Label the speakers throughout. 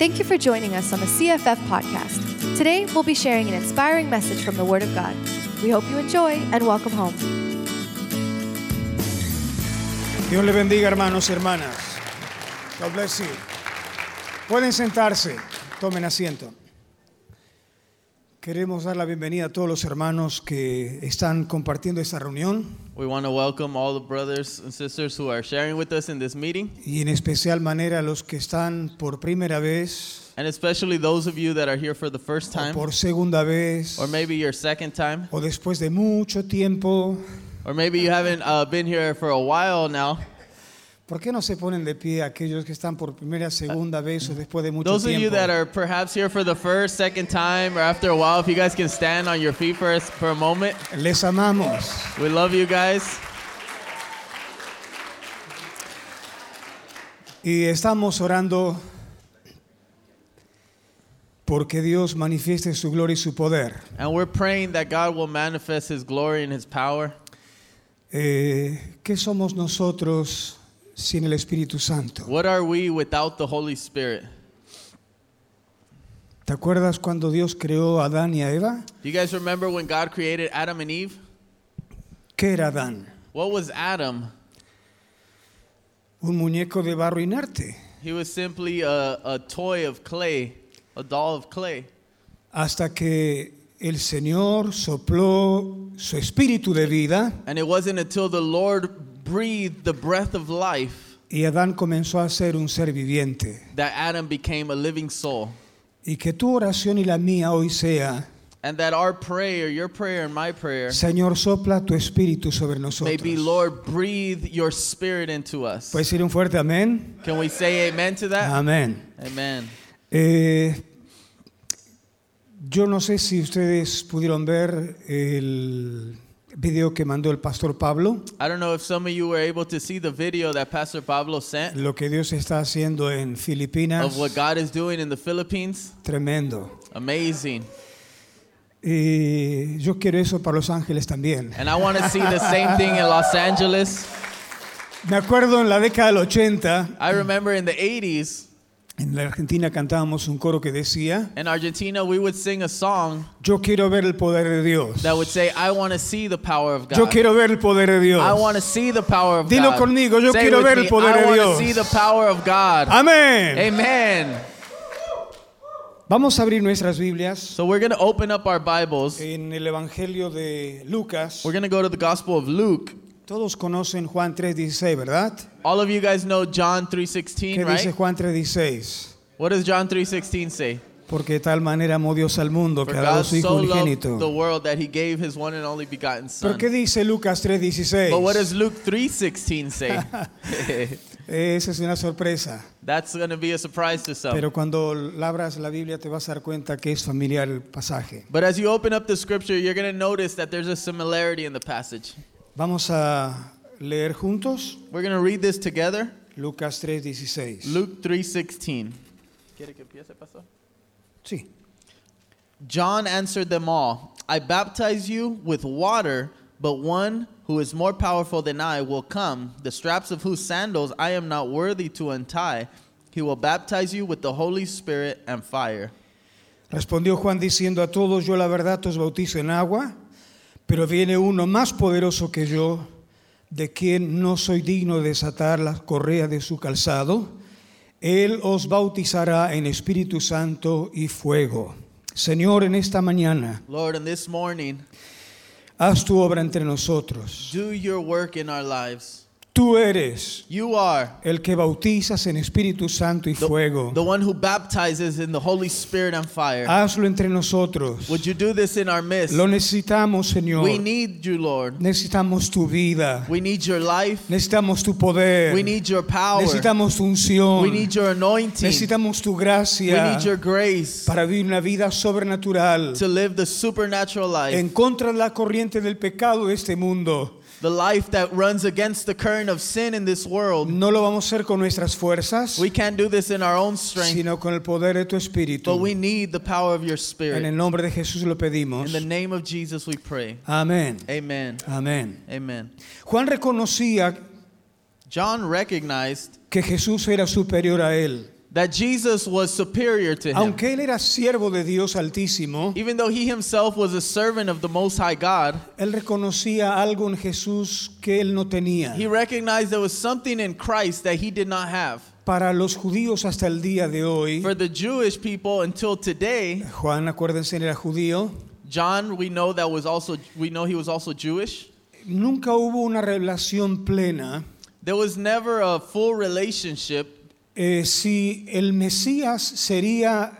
Speaker 1: Thank you for joining us on the CFF podcast. Today, we'll be sharing an inspiring message from the Word of God. We hope you enjoy and welcome home.
Speaker 2: Dios le bendiga, hermanos y hermanas. God bless you. Pueden sentarse, tomen asiento. Queremos dar la bienvenida a todos los hermanos que están compartiendo esta reunión
Speaker 3: We want to welcome all the brothers and sisters who are sharing with us in this meeting,
Speaker 2: y en especial manera a los que están por primera vez,
Speaker 3: and especially those of you that are here for the first
Speaker 2: o
Speaker 3: time,
Speaker 2: Oh, por segunda vez,
Speaker 3: or maybe your second time,
Speaker 2: o después de mucho tiempo.
Speaker 3: or maybe you haven't uh, been here for a while now.
Speaker 2: ¿Por qué no se ponen de pie aquellos que están por primera, segunda vez o después de mucho
Speaker 3: Those of you
Speaker 2: tiempo?
Speaker 3: that are perhaps here for the first, second time, or after a while, if you guys can stand on your feet for, us, for a moment,
Speaker 2: Les amamos.
Speaker 3: we love you guys.
Speaker 2: Y estamos orando porque Dios manifieste su gloria y su poder.
Speaker 3: And we're praying that God will manifest His glory and His power.
Speaker 2: Eh, ¿Qué somos nosotros sin el Espíritu Santo?
Speaker 3: What are we without the Holy Spirit?
Speaker 2: ¿Te acuerdas cuando Dios creó a Adán y a Eva?
Speaker 3: Do you guys remember when God created Adam and Eve?
Speaker 2: ¿Qué era Adán?
Speaker 3: What was Adam?
Speaker 2: Un muñeco de barro inerte.
Speaker 3: He was simply a, a toy of clay, a doll of clay,
Speaker 2: Hasta que el Señor sopló su espíritu de vida
Speaker 3: and it wasn't until the Lord breathed the breath of life
Speaker 2: y Adán comenzó a ser un ser viviente.
Speaker 3: that Adam became a living soul.
Speaker 2: Y que tu oración y la mía hoy sea,
Speaker 3: And that our prayer, your prayer and my prayer,
Speaker 2: Señor, sopla tu espíritu sobre
Speaker 3: may
Speaker 2: nosotros.
Speaker 3: be, Lord, breathe your spirit into us.
Speaker 2: ¿Puedes decir un fuerte amén?
Speaker 3: Can we say amen to that?
Speaker 2: Amén.
Speaker 3: Amen.
Speaker 2: Eh, yo no sé si ustedes pudieron ver el video que mandó el pastor Pablo,
Speaker 3: I don't know if some of you were able to see the video that Pastor Pablo sent
Speaker 2: lo que Dios está haciendo en Filipinas.
Speaker 3: of what God is doing in the Philippines.
Speaker 2: Tremendo.
Speaker 3: Amazing.
Speaker 2: Y yo quiero eso para Los Ángeles también.
Speaker 3: And I want to see the same thing in Los Angeles.
Speaker 2: Me acuerdo en la década del 80,
Speaker 3: I remember in the 80s
Speaker 2: en la Argentina cantábamos un coro que decía,
Speaker 3: in Argentina, we would sing a song
Speaker 2: yo quiero ver el poder de Dios.
Speaker 3: that would say, I want to see the power of God.
Speaker 2: Yo quiero ver el poder de
Speaker 3: I
Speaker 2: Dios.
Speaker 3: want to see the power of
Speaker 2: Dilo
Speaker 3: God.
Speaker 2: conmigo, yo
Speaker 3: Say
Speaker 2: quiero
Speaker 3: with
Speaker 2: ver el
Speaker 3: me,
Speaker 2: poder
Speaker 3: I
Speaker 2: de
Speaker 3: wanna
Speaker 2: Dios."
Speaker 3: see the power of God.
Speaker 2: Amén.
Speaker 3: Amen.
Speaker 2: Vamos a abrir nuestras Biblias.
Speaker 3: So we're going to open up our Bibles.
Speaker 2: En el Evangelio de Lucas,
Speaker 3: We're going to go to the Gospel of Luke.
Speaker 2: todos conocen Juan 3:16, ¿verdad?
Speaker 3: All of you guys know John
Speaker 2: ¿Qué
Speaker 3: 3:16,
Speaker 2: dice
Speaker 3: right?
Speaker 2: Juan 3:16?
Speaker 3: What does John 3:16 say?
Speaker 2: Porque de tal manera amó Dios al mundo
Speaker 3: For
Speaker 2: que ha dado
Speaker 3: God
Speaker 2: su
Speaker 3: so
Speaker 2: Hijo
Speaker 3: loved the
Speaker 2: unigénito.
Speaker 3: world that he gave his one and only begotten
Speaker 2: ¿Pero
Speaker 3: son.
Speaker 2: qué dice Lucas
Speaker 3: But
Speaker 2: 3:16?
Speaker 3: what does Luke 3:16 say?
Speaker 2: Eh, Esa es una sorpresa.
Speaker 3: That's going to be a surprise to some.
Speaker 2: Pero cuando labras la Biblia te vas a dar cuenta que es familiar el pasaje.
Speaker 3: But as you open up the scripture, you're going to notice that there's a similarity in the passage.
Speaker 2: Vamos a leer juntos
Speaker 3: We're going to read this together.
Speaker 2: Lucas 3:16.
Speaker 3: Luke 3:16. ¿Quiere que empiece, pastor?
Speaker 2: Sí.
Speaker 3: John answered them all, I baptize you with water, but one who is more powerful than I will come, the straps of whose sandals I am not worthy to untie. He will baptize you with the Holy Spirit and fire.
Speaker 2: Respondió Juan diciendo a todos, yo la verdad os bautizo en agua, pero viene uno más poderoso que yo, de quien no soy digno de desatar las correas de su calzado. Él os bautizará en Espíritu Santo y fuego. Señor, en esta mañana,
Speaker 3: Lord, and this morning,
Speaker 2: haz tu obra entre nosotros.
Speaker 3: do your work in our lives.
Speaker 2: Tú eres
Speaker 3: You are
Speaker 2: el que bautizas en Espíritu Santo y
Speaker 3: The,
Speaker 2: fuego.
Speaker 3: the one who baptizes in the Holy Spirit and fire.
Speaker 2: Hazlo entre nosotros.
Speaker 3: eh. Would you do this in our midst?
Speaker 2: Lo necesitamos, Señor.
Speaker 3: We need you, Lord.
Speaker 2: Necesitamos tu vida.
Speaker 3: We need your life.
Speaker 2: Necesitamos tu poder.
Speaker 3: We need your power.
Speaker 2: Necesitamos tu unción.
Speaker 3: We need your anointing.
Speaker 2: Necesitamos tu
Speaker 3: We
Speaker 2: gracia
Speaker 3: need your grace
Speaker 2: para vivir una vida sobrenatural
Speaker 3: to live the supernatural
Speaker 2: en
Speaker 3: life,
Speaker 2: contra de la corriente del pecado de este mundo.
Speaker 3: the life that runs against the current of sin in this world.
Speaker 2: No lo vamos a hacer con nuestras fuerzas,
Speaker 3: We can't do this in our own strength,
Speaker 2: sino con el poder de tu
Speaker 3: but
Speaker 2: espíritu.
Speaker 3: we need the power of your
Speaker 2: En
Speaker 3: spirit.
Speaker 2: el nombre de Jesús lo
Speaker 3: In
Speaker 2: pedimos.
Speaker 3: the name of Jesus, we pray.
Speaker 2: Amén.
Speaker 3: Amen.
Speaker 2: Amén.
Speaker 3: Amen.
Speaker 2: Juan reconocía
Speaker 3: John recognized
Speaker 2: que Jesús era superior a él.
Speaker 3: that Jesus was superior to him.
Speaker 2: Aunque él era siervo de Dios altísimo,
Speaker 3: Even though he himself was a servant of the Most High God,
Speaker 2: él reconocía algo en Jesús que él no tenía.
Speaker 3: he recognized there was something in Christ that he did not have.
Speaker 2: Para los judíos hasta el día de hoy,
Speaker 3: For the Jewish people until today,
Speaker 2: Juan, acuérdense, era judío,
Speaker 3: John, we know that was also we know he was also Jewish.
Speaker 2: nunca hubo una relación plena
Speaker 3: There was never a full relationship
Speaker 2: eh, si el Mesías sería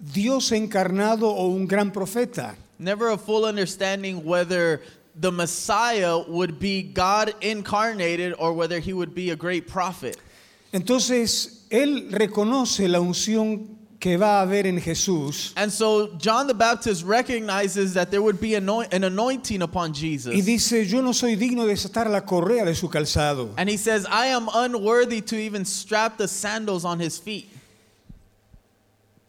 Speaker 2: Dios encarnado o un gran profeta.
Speaker 3: Never a full understanding whether the Messiah would be God incarnated or whether he would be a great prophet.
Speaker 2: Entonces, él reconoce la unción que va a haber en Jesús
Speaker 3: And so John the Baptist recognizes that there would be anoint- an anointing upon
Speaker 2: y
Speaker 3: Jesus.
Speaker 2: dice, yo no soy digno de desatar la correa de su calzado.
Speaker 3: And he says, I am unworthy to even strap the sandals on his feet.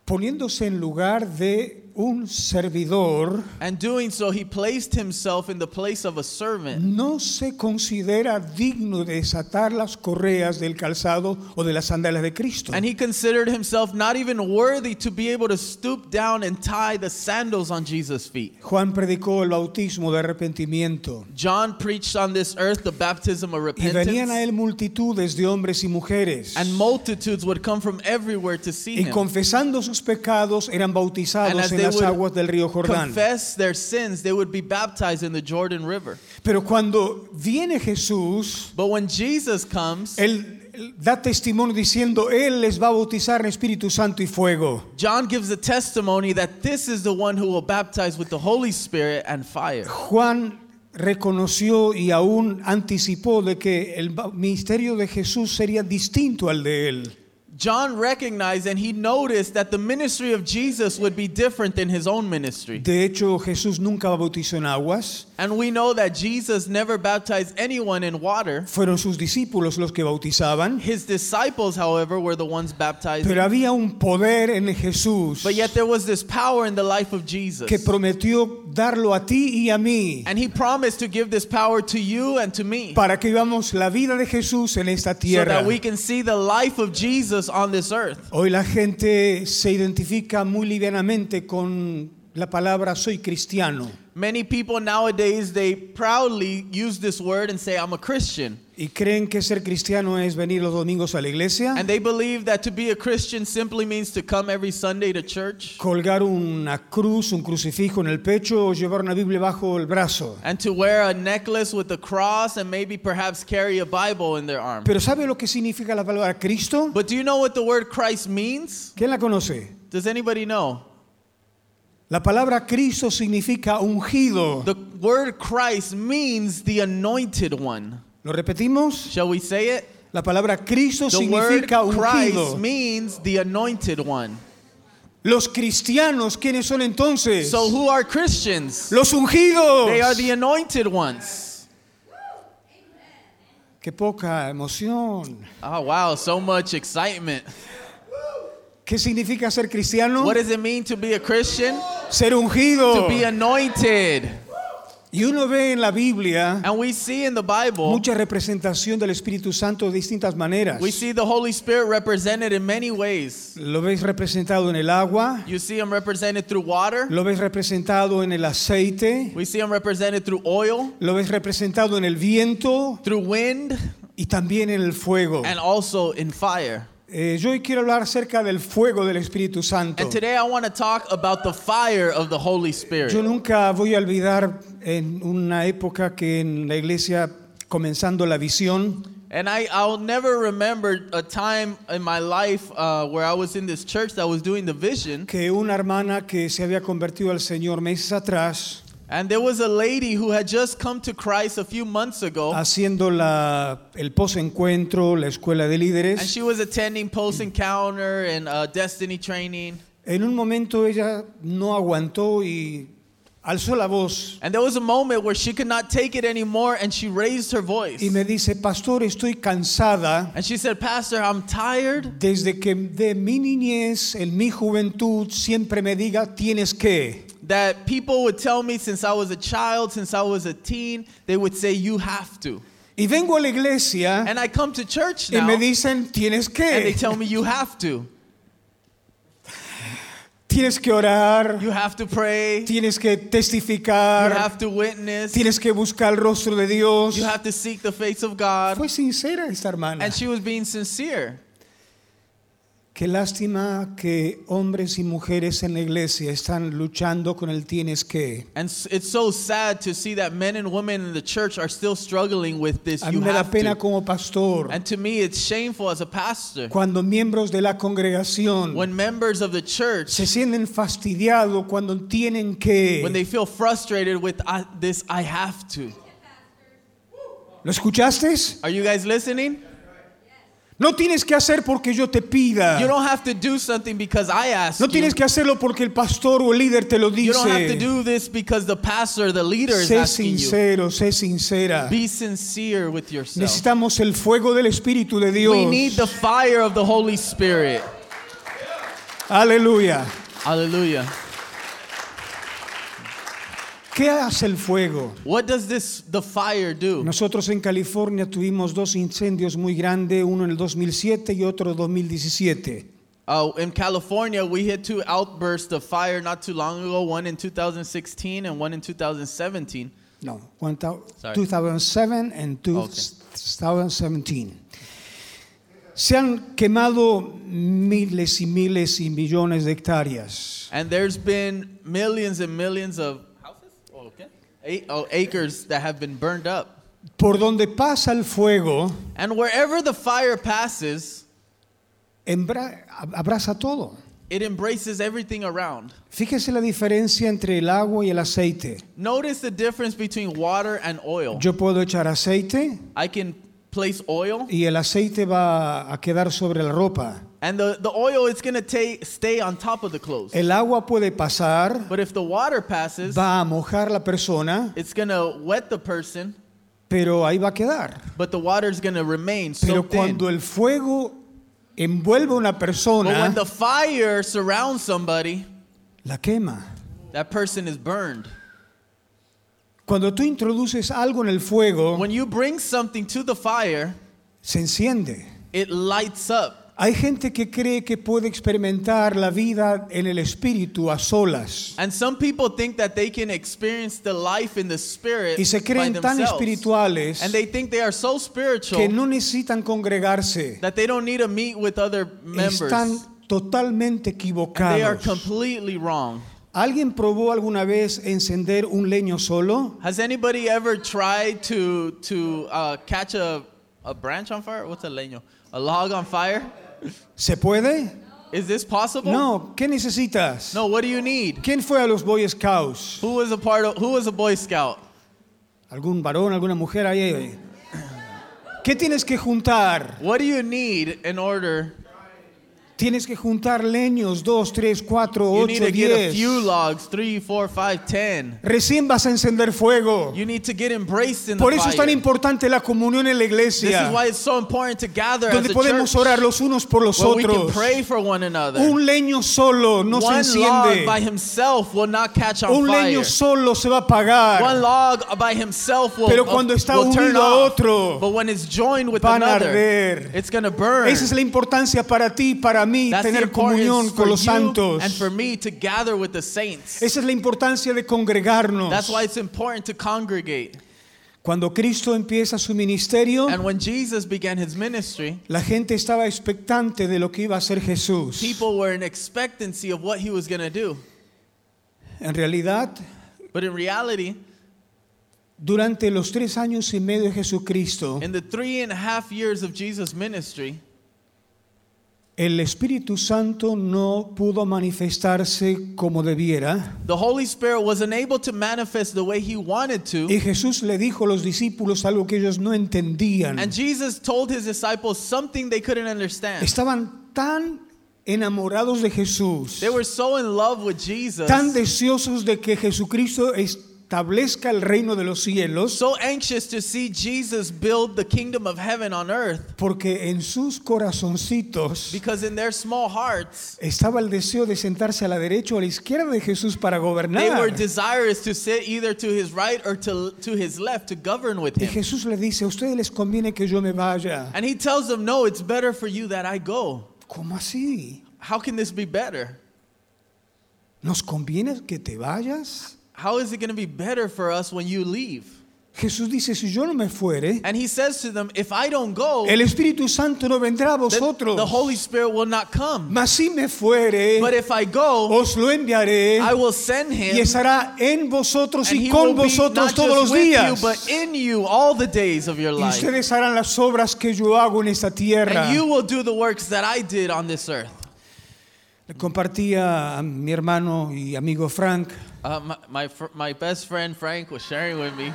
Speaker 2: Poniéndose en lugar de un servidor,
Speaker 3: And doing so, he placed himself in the place of a servant.
Speaker 2: no se considera digno de desatar las correas del calzado o de las sandalias de Cristo.
Speaker 3: And he considered himself not even worthy to be able to stoop down and tie the sandals on Jesus' feet.
Speaker 2: Juan predicó el bautismo de arrepentimiento.
Speaker 3: John preached on this earth the baptism of
Speaker 2: Y venían a
Speaker 3: repentance,
Speaker 2: él multitudes de hombres y mujeres.
Speaker 3: and multitudes would come from everywhere to see
Speaker 2: Y
Speaker 3: him.
Speaker 2: confesando sus pecados eran
Speaker 3: And as
Speaker 2: bautizados en
Speaker 3: they
Speaker 2: las
Speaker 3: would
Speaker 2: aguas del río Jordán.
Speaker 3: confess their sins, they would be baptized in the Jordan River.
Speaker 2: Pero cuando viene Jesús,
Speaker 3: But when Jesus comes,
Speaker 2: él él da testimonio diciendo, Él les va a bautizar en Espíritu Santo y fuego.
Speaker 3: John gives a testimony that this is the one who will baptize with the Holy Spirit and fire.
Speaker 2: Juan reconoció y aún anticipó de que el ba- ministerio de Jesús sería distinto al de Él.
Speaker 3: John recognized and he noticed that the ministry of Jesus would be different than his own ministry.
Speaker 2: De hecho, Jesús nunca bautizó en aguas.
Speaker 3: And we know that Jesus never baptized anyone in water.
Speaker 2: Fueron sus discípulos los que bautizaban.
Speaker 3: His disciples, however, were the ones baptized.
Speaker 2: Pero había un poder en Jesús
Speaker 3: But yet there was this power in the life of Jesus.
Speaker 2: que prometió darlo a ti y a mí
Speaker 3: And he promised to give this power to you and to me
Speaker 2: para que vivamos la vida de Jesús en esta
Speaker 3: so
Speaker 2: tierra.
Speaker 3: that we can see the life of Jesus on this earth.
Speaker 2: Hoy la gente se identifica muy livianamente con la palabra soy cristiano
Speaker 3: Many people nowadays they proudly use this word and say I'm a Christian.
Speaker 2: y creen que ser cristiano es venir los domingos a la iglesia,
Speaker 3: And they believe that to be a Christian simply means to come every Sunday to church
Speaker 2: colgar una cruz, un crucifijo en el pecho o llevar una Biblia bajo el brazo.
Speaker 3: and to wear a necklace with a cross and maybe perhaps carry a Bible in their arm.
Speaker 2: Pero ¿sabe lo que significa la palabra Cristo?
Speaker 3: But do you know what the word Christ means?
Speaker 2: ¿Quién la conoce?
Speaker 3: Does anybody know?
Speaker 2: La palabra Cristo significa ungido.
Speaker 3: The word Christ means the anointed one.
Speaker 2: ¿Lo repetimos?
Speaker 3: Shall we say it?
Speaker 2: La palabra Cristo
Speaker 3: The word
Speaker 2: significa
Speaker 3: Christ
Speaker 2: ungido.
Speaker 3: means the anointed one.
Speaker 2: Los cristianos, ¿quiénes son entonces?
Speaker 3: So who are Christians?
Speaker 2: Los ungidos.
Speaker 3: They are the anointed ones.
Speaker 2: Qué poca emoción.
Speaker 3: Oh wow, so much excitement.
Speaker 2: ¿Qué significa ser cristiano?
Speaker 3: What does it mean to be a Christian?
Speaker 2: ser ungido.
Speaker 3: To be anointed.
Speaker 2: y uno ve en la Biblia
Speaker 3: And we see in the Bible,
Speaker 2: mucha representación del Espíritu Santo de distintas maneras.
Speaker 3: we see the Holy Spirit represented in many ways.
Speaker 2: Lo ves representado en el agua,
Speaker 3: You see him represented through water,
Speaker 2: lo ves representado en el aceite,
Speaker 3: we see him represented through oil,
Speaker 2: lo ves representado en el viento
Speaker 3: through wind,
Speaker 2: y también en el fuego.
Speaker 3: and also in fire.
Speaker 2: Eh, yo hoy quiero hablar acerca del fuego del Espíritu Santo.
Speaker 3: And today I want to talk about the fire of the Holy
Speaker 2: Yo
Speaker 3: Spirit.
Speaker 2: nunca voy a olvidar en una época que en la iglesia comenzando la visión,
Speaker 3: And I, I'll never remember a time in my life uh, where I was in this church that was doing the vision.
Speaker 2: que una hermana que se había convertido al Señor meses atrás,
Speaker 3: And there was a lady who had just come to Christ a few months ago,
Speaker 2: haciendo la, el posencuentro, la escuela de
Speaker 3: and
Speaker 2: líderes,
Speaker 3: she was attending post encounter and uh, destiny training.
Speaker 2: en un momento ella no aguantó y alzó la voz
Speaker 3: And there was a moment where she could not take it anymore, and she raised her voice.
Speaker 2: y me dice, pastor, estoy cansada.
Speaker 3: And she said, Pastor, I'm tired.
Speaker 2: Desde que de mi niñez, en mi juventud, siempre me diga, tienes que.
Speaker 3: That people would tell me since I was a child, since I was a teen, they would say, You have to.
Speaker 2: Y vengo a la iglesia
Speaker 3: And I come to church
Speaker 2: y
Speaker 3: now,
Speaker 2: me
Speaker 3: and
Speaker 2: dicen, tienes
Speaker 3: they
Speaker 2: que,
Speaker 3: tell me you have to.
Speaker 2: tienes que orar,
Speaker 3: You have to pray. You
Speaker 2: tienes que testificar,
Speaker 3: have to witness.
Speaker 2: tienes que buscar el rostro de Dios.
Speaker 3: You have to seek the face of God.
Speaker 2: Fue sincera esta hermana.
Speaker 3: And she was being sincere.
Speaker 2: Qué lástima que hombres y mujeres en la iglesia están luchando con el tienes que.
Speaker 3: And s- it's so sad to see that men and women in the church are still struggling with this.
Speaker 2: A mí
Speaker 3: You
Speaker 2: me da
Speaker 3: have
Speaker 2: pena
Speaker 3: to.
Speaker 2: como pastor
Speaker 3: And to me, it's shameful as a pastor
Speaker 2: cuando miembros de la congregación
Speaker 3: when members of the church,
Speaker 2: se sienten fastidiados cuando tienen que.
Speaker 3: when they feel frustrated with I, this, I have to.
Speaker 2: ¿Lo escuchaste?
Speaker 3: Are you guys listening?
Speaker 2: No tienes que hacer porque yo te
Speaker 3: You
Speaker 2: pida.
Speaker 3: don't have to do something because I asked
Speaker 2: No
Speaker 3: you.
Speaker 2: tienes que hacerlo porque el pastor o el líder te lo
Speaker 3: You don't have to
Speaker 2: dice.
Speaker 3: do this because the pastor, the leader is
Speaker 2: Sé
Speaker 3: asking you.
Speaker 2: sincero, sé sincera.
Speaker 3: Be sincere with yourself.
Speaker 2: Necesitamos el fuego del Espíritu de Dios.
Speaker 3: We need the fire of the Holy Spirit.
Speaker 2: Aleluya.
Speaker 3: Hallelujah.
Speaker 2: ¿Qué hace el fuego?
Speaker 3: What does this the fire do?
Speaker 2: Nosotros en California tuvimos dos incendios muy grandes, uno en el 2007 y otro en 2017.
Speaker 3: Uh, in California, we had two outbursts of fire not too long ago, one in 2016 and one in 2017.
Speaker 2: No, 1000
Speaker 3: Sorry.
Speaker 2: 2007 and 2017. Se han quemado miles y miles y millones de hectáreas.
Speaker 3: And there's been millions and millions of houses? Oh, okay. A- oh, acres that have been burned up.
Speaker 2: Por donde pasa el fuego,
Speaker 3: And wherever the fire passes,
Speaker 2: embra- ab- abraza todo.
Speaker 3: it embraces everything around.
Speaker 2: Fíjese la diferencia entre el agua y el aceite.
Speaker 3: Notice the difference between water and oil.
Speaker 2: Yo puedo echar aceite
Speaker 3: I can place oil,
Speaker 2: y el aceite va a quedar sobre la ropa.
Speaker 3: and the, the oil is going to stay on top of the clothes.
Speaker 2: El agua puede pasar,
Speaker 3: But if the water passes,
Speaker 2: va a mojar la persona,
Speaker 3: it's going to wet the person,
Speaker 2: pero ahí va a quedar.
Speaker 3: but the water is going to remain
Speaker 2: Pero
Speaker 3: soaked in.
Speaker 2: cuando el fuego envuelve a una
Speaker 3: But when
Speaker 2: persona,
Speaker 3: the fire surrounds somebody,
Speaker 2: la quema.
Speaker 3: that person is burned.
Speaker 2: Cuando tú introduces algo en el fuego,
Speaker 3: When you bring something to the fire,
Speaker 2: se enciende.
Speaker 3: it lights up.
Speaker 2: Hay gente que cree que puede experimentar la vida en el espíritu a solas
Speaker 3: And some people think that they can experience the life in the spirit
Speaker 2: y se
Speaker 3: by
Speaker 2: creen tan
Speaker 3: themselves.
Speaker 2: espirituales
Speaker 3: And they think they are so spiritual
Speaker 2: que no necesitan congregarse.
Speaker 3: that they don't need to meet with other members.
Speaker 2: Están totalmente
Speaker 3: They are
Speaker 2: equivocados.
Speaker 3: completely wrong.
Speaker 2: ¿Alguien probó alguna vez encender un leño solo?
Speaker 3: Has anybody ever tried to to uh, catch a, a branch on fire? What's a leño? A log on fire?
Speaker 2: ¿Se puede?
Speaker 3: Is this possible?
Speaker 2: No, ¿qué necesitas?
Speaker 3: No. What do you need?
Speaker 2: ¿Quién fue a los Boy Scouts?
Speaker 3: Who was a part of? Who was a Boy Scout?
Speaker 2: ¿Algún varón, alguna mujer ahí? ahí. ¿Qué tienes que juntar?
Speaker 3: What do you need in order?
Speaker 2: Tienes que juntar leños, dos, tres, cuatro,
Speaker 3: You need
Speaker 2: ocho,
Speaker 3: to get a
Speaker 2: diez.
Speaker 3: few logs, three, four, five, ten.
Speaker 2: Recién vas a encender fuego.
Speaker 3: You need to get embraced in the
Speaker 2: Por eso es tan
Speaker 3: fire.
Speaker 2: importante la comunión en la
Speaker 3: This is
Speaker 2: iglesia,
Speaker 3: why it's so important to gather as
Speaker 2: donde
Speaker 3: a
Speaker 2: podemos
Speaker 3: church,
Speaker 2: orar los unos por los
Speaker 3: where we can
Speaker 2: otros.
Speaker 3: pray for one another.
Speaker 2: Un leño solo no se
Speaker 3: one log by
Speaker 2: enciende.
Speaker 3: himself will not catch on
Speaker 2: Un
Speaker 3: fire.
Speaker 2: leño solo se va a
Speaker 3: One
Speaker 2: apagar.
Speaker 3: log by himself will,
Speaker 2: Pero cuando
Speaker 3: will-
Speaker 2: está
Speaker 3: will turn
Speaker 2: unido a
Speaker 3: off.
Speaker 2: otro,
Speaker 3: but when it's joined with
Speaker 2: van a
Speaker 3: another,
Speaker 2: arder.
Speaker 3: it's going to burn.
Speaker 2: Esa es la importancia para ti, para mí,
Speaker 3: That's the
Speaker 2: tener
Speaker 3: importance
Speaker 2: comunión
Speaker 3: for
Speaker 2: con los
Speaker 3: you
Speaker 2: santos.
Speaker 3: and for me to gather with the saints.
Speaker 2: Esa es la importancia de congregarnos.
Speaker 3: That's why it's important to congregate.
Speaker 2: Cuando Cristo empieza su ministerio,
Speaker 3: And when Jesus began his ministry,
Speaker 2: la gente estaba expectante de lo que iba a hacer Jesús.
Speaker 3: people were in expectancy of what he was going to do.
Speaker 2: En realidad,
Speaker 3: But in reality,
Speaker 2: durante los tres años y medio de Jesucristo,
Speaker 3: in the three and a half years of Jesus' ministry,
Speaker 2: el Espíritu Santo no pudo manifestarse como debiera.
Speaker 3: the Holy Spirit was unable to manifest the way he wanted to.
Speaker 2: Y Jesús le dijo a los discípulos algo que ellos no entendían.
Speaker 3: And Jesus told his disciples something they couldn't understand.
Speaker 2: Estaban tan enamorados de Jesús.
Speaker 3: They were so in love with Jesus.
Speaker 2: tan deseosos de que Jesucristo es- establezca el reino de los cielos,
Speaker 3: so anxious to see Jesus build the kingdom of heaven on earth
Speaker 2: porque en sus corazoncitos
Speaker 3: because in their small hearts
Speaker 2: estaba el deseo de sentarse a la derecha o a la izquierda de Jesús para
Speaker 3: they were
Speaker 2: gobernar.
Speaker 3: desirous to sit either to his right or to, to his left to govern with
Speaker 2: Y
Speaker 3: him.
Speaker 2: Jesús le dice, a ustedes les conviene que yo me vaya.
Speaker 3: And he tells them, No, it's better for you that I go.
Speaker 2: ¿Cómo así?
Speaker 3: How can this be better?
Speaker 2: ¿Nos conviene que te vayas?
Speaker 3: How is it going to be better for us when you leave?
Speaker 2: Jesús dice, si yo no me fuere,
Speaker 3: And he says to them, If I don't go,
Speaker 2: el Espíritu Santo no vendrá a
Speaker 3: then
Speaker 2: vosotros.
Speaker 3: the Holy Spirit will not come.
Speaker 2: Mas si me fuere,
Speaker 3: But if I go,
Speaker 2: os lo enviaré
Speaker 3: I will send
Speaker 2: y
Speaker 3: him.
Speaker 2: estará en vosotros
Speaker 3: And
Speaker 2: y
Speaker 3: he
Speaker 2: con
Speaker 3: will be
Speaker 2: vosotros
Speaker 3: not
Speaker 2: todos los
Speaker 3: just with you,
Speaker 2: días.
Speaker 3: but in you all the days of your
Speaker 2: Y
Speaker 3: life.
Speaker 2: ustedes harán las obras que yo hago en esta tierra.
Speaker 3: And you will do the works that I did on this earth.
Speaker 2: Le compartía a mi hermano y amigo Frank
Speaker 3: Uh, my, my, fr- my best friend Frank was sharing with me.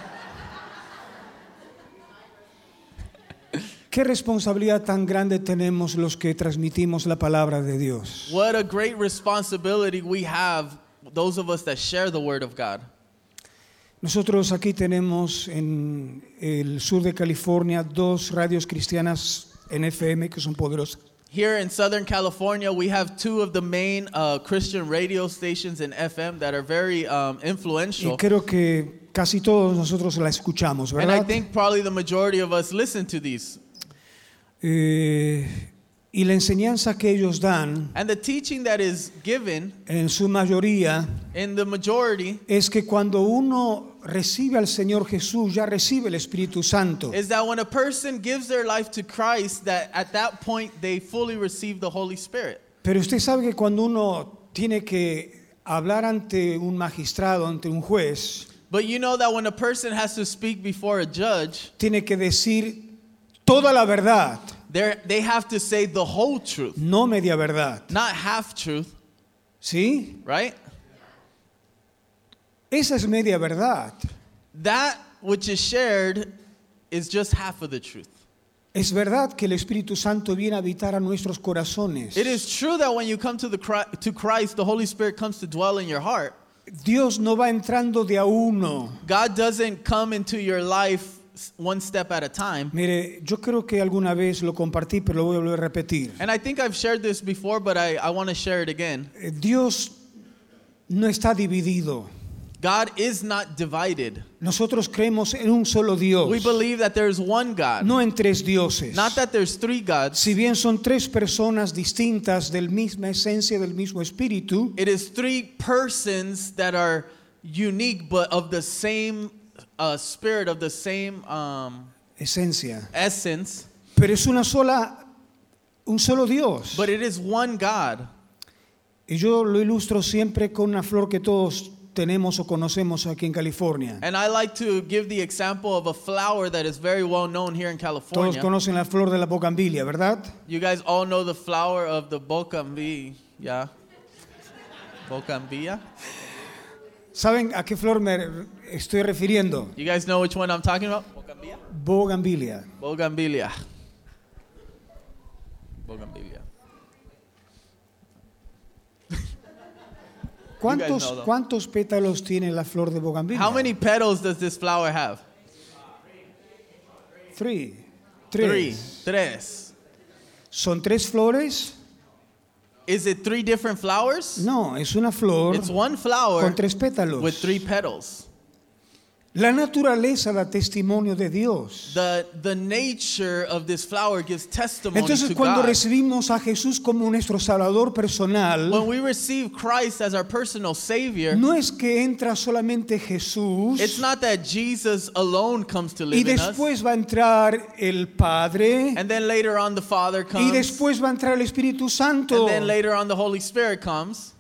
Speaker 2: qué responsabilidad tan grande tenemos los que transmitimos la palabra de Dios.
Speaker 3: What a great responsibility we have, those of us that share the Word of God.
Speaker 2: Nosotros aquí tenemos en el sur de California dos radios cristianas en FM que son poderosas.
Speaker 3: Here in Southern California, we have two of the main uh, Christian radio stations in FM that are very um,
Speaker 2: Y
Speaker 3: influential.
Speaker 2: creo que casi todos nosotros la escuchamos,
Speaker 3: And I
Speaker 2: ¿verdad?
Speaker 3: think probably the majority of us listen to these.
Speaker 2: Eh, y la enseñanza que ellos dan,
Speaker 3: And the teaching that is given
Speaker 2: en su mayoría,
Speaker 3: in the majority
Speaker 2: es que cuando uno recibe al Señor Jesús, ya recibe el Espíritu Santo.
Speaker 3: is that when a person gives their life to Christ, that at that point they fully receive the Holy Spirit.
Speaker 2: Pero usted sabe que cuando uno tiene que hablar ante un magistrado, ante un juez,
Speaker 3: But you know that when a person has to speak before a judge,
Speaker 2: tiene que decir toda la verdad.
Speaker 3: they're- they have to say the whole truth,
Speaker 2: no media verdad.
Speaker 3: not half truth,
Speaker 2: ¿Sí?
Speaker 3: right?
Speaker 2: Esa es media verdad.
Speaker 3: That which is shared is just half of the truth.
Speaker 2: Es verdad que el Espíritu Santo viene a habitar a nuestros corazones.
Speaker 3: It is true that when you come to the Chri- to Christ, the Holy Spirit comes to dwell in your heart.
Speaker 2: Dios no va entrando de a uno.
Speaker 3: God doesn't come into your life s- one step at a time.
Speaker 2: Mire, yo creo que alguna vez lo compartí, pero lo voy a volver a repetir.
Speaker 3: And I think I've shared this before, but I, I want to share it again.
Speaker 2: Eh, Dios no está dividido.
Speaker 3: God is not divided.
Speaker 2: Nosotros creemos en un solo Dios,
Speaker 3: We believe that there's one God,
Speaker 2: Oh, no en tres dioses.
Speaker 3: not that there's three gods.
Speaker 2: Si bien son tres personas distintas del misma esencia, del mismo espíritu,
Speaker 3: It is three persons that are unique, but of the same uh, spirit, of the same um,
Speaker 2: esencia.
Speaker 3: essence.
Speaker 2: Pero es una sola, un solo Dios.
Speaker 3: But it is one God.
Speaker 2: Y yo lo ilustro siempre con una flor que todos tenemos o conocemos aquí en California.
Speaker 3: And I like to give the example of a flower that is very well known here in
Speaker 2: Todos
Speaker 3: California.
Speaker 2: conocen la flor de la bogambilia, ¿verdad?
Speaker 3: You guys all know the flower of the bocambi, yeah? Bocambilla?
Speaker 2: ¿Saben a qué flor me estoy refiriendo?
Speaker 3: You guys know which one I'm talking about? Bocambilla?
Speaker 2: Bogambilia.
Speaker 3: Bougainvillea. Bougainvillea.
Speaker 2: ¿Cuántos,
Speaker 3: know, though.
Speaker 2: ¿Cuántos pétalos tiene la flor de bogambilia?
Speaker 3: How many petals does this flower have?
Speaker 2: Three. Tres.
Speaker 3: Three. Tres.
Speaker 2: ¿Son tres flores?
Speaker 3: Is it three different flowers?
Speaker 2: No, es una flor
Speaker 3: It's one flower
Speaker 2: con tres pétalos.
Speaker 3: with three petals.
Speaker 2: La naturaleza da testimonio de Dios.
Speaker 3: The, the nature of this flower gives testimony
Speaker 2: Entonces
Speaker 3: to
Speaker 2: cuando
Speaker 3: God.
Speaker 2: recibimos a Jesús como nuestro Salvador personal,
Speaker 3: when we receive Christ as our personal Savior,
Speaker 2: No es que entra solamente Jesús
Speaker 3: it's not that Jesus alone comes to
Speaker 2: y
Speaker 3: live in us,
Speaker 2: después va a entrar el Padre
Speaker 3: and then later on the Father
Speaker 2: y
Speaker 3: comes,
Speaker 2: después va a entrar el Espíritu Santo.
Speaker 3: and then later on the Holy Spirit comes.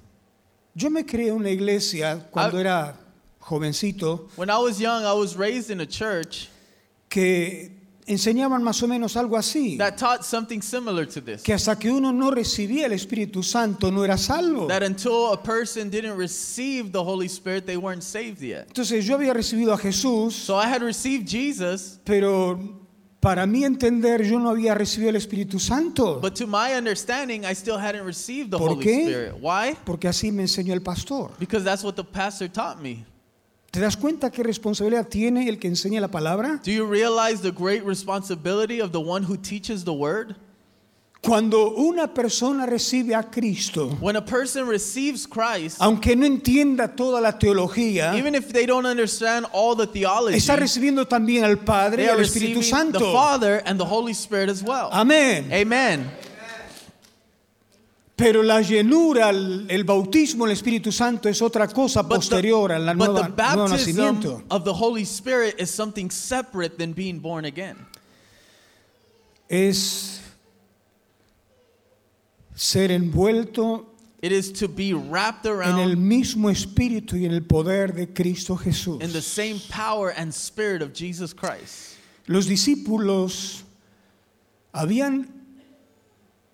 Speaker 2: Yo me creé en una iglesia cuando
Speaker 3: Ah.
Speaker 2: era jovencito
Speaker 3: When I was young, I was raised in a church
Speaker 2: que enseñaban más o menos algo así,
Speaker 3: that taught something similar to this.
Speaker 2: que hasta que uno no recibía el Espíritu Santo no era salvo.
Speaker 3: That until a person didn't receive the Holy Spirit, they weren't saved yet.
Speaker 2: Entonces yo había recibido a Jesús,
Speaker 3: So I had received Jesus,
Speaker 2: pero para mí entender yo no había recibido el Espíritu Santo,
Speaker 3: but to my understanding, I still hadn't received the
Speaker 2: ¿Por
Speaker 3: Holy
Speaker 2: qué?
Speaker 3: Spirit. Why?
Speaker 2: porque así me enseñó el pastor.
Speaker 3: Because that's what the pastor taught me.
Speaker 2: ¿Te das cuenta qué responsabilidad tiene el que enseña la palabra?
Speaker 3: Do you realize the great responsibility of the one who teaches the word?
Speaker 2: Cuando una persona recibe a Cristo,
Speaker 3: When a person receives Christ,
Speaker 2: aunque no entienda toda la teología,
Speaker 3: even if they don't understand all the theology,
Speaker 2: está recibiendo también al Padre y
Speaker 3: they are
Speaker 2: al Espíritu
Speaker 3: receiving the
Speaker 2: Santo.
Speaker 3: Father and the Holy Spirit as well.
Speaker 2: Amén.
Speaker 3: Amen.
Speaker 2: Pero la llenura, el el bautismo del Espíritu Santo es otra cosa
Speaker 3: But
Speaker 2: posterior al
Speaker 3: the, but
Speaker 2: nueva-
Speaker 3: the
Speaker 2: nuevo
Speaker 3: baptism
Speaker 2: nacimiento.
Speaker 3: of the Holy Spirit is something separate than being born again.
Speaker 2: Es ser envuelto
Speaker 3: It is to be wrapped
Speaker 2: en el
Speaker 3: around
Speaker 2: mismo Espíritu y en el poder de Cristo Jesús.
Speaker 3: in the same power and spirit of Jesus Christ.
Speaker 2: Los discípulos habían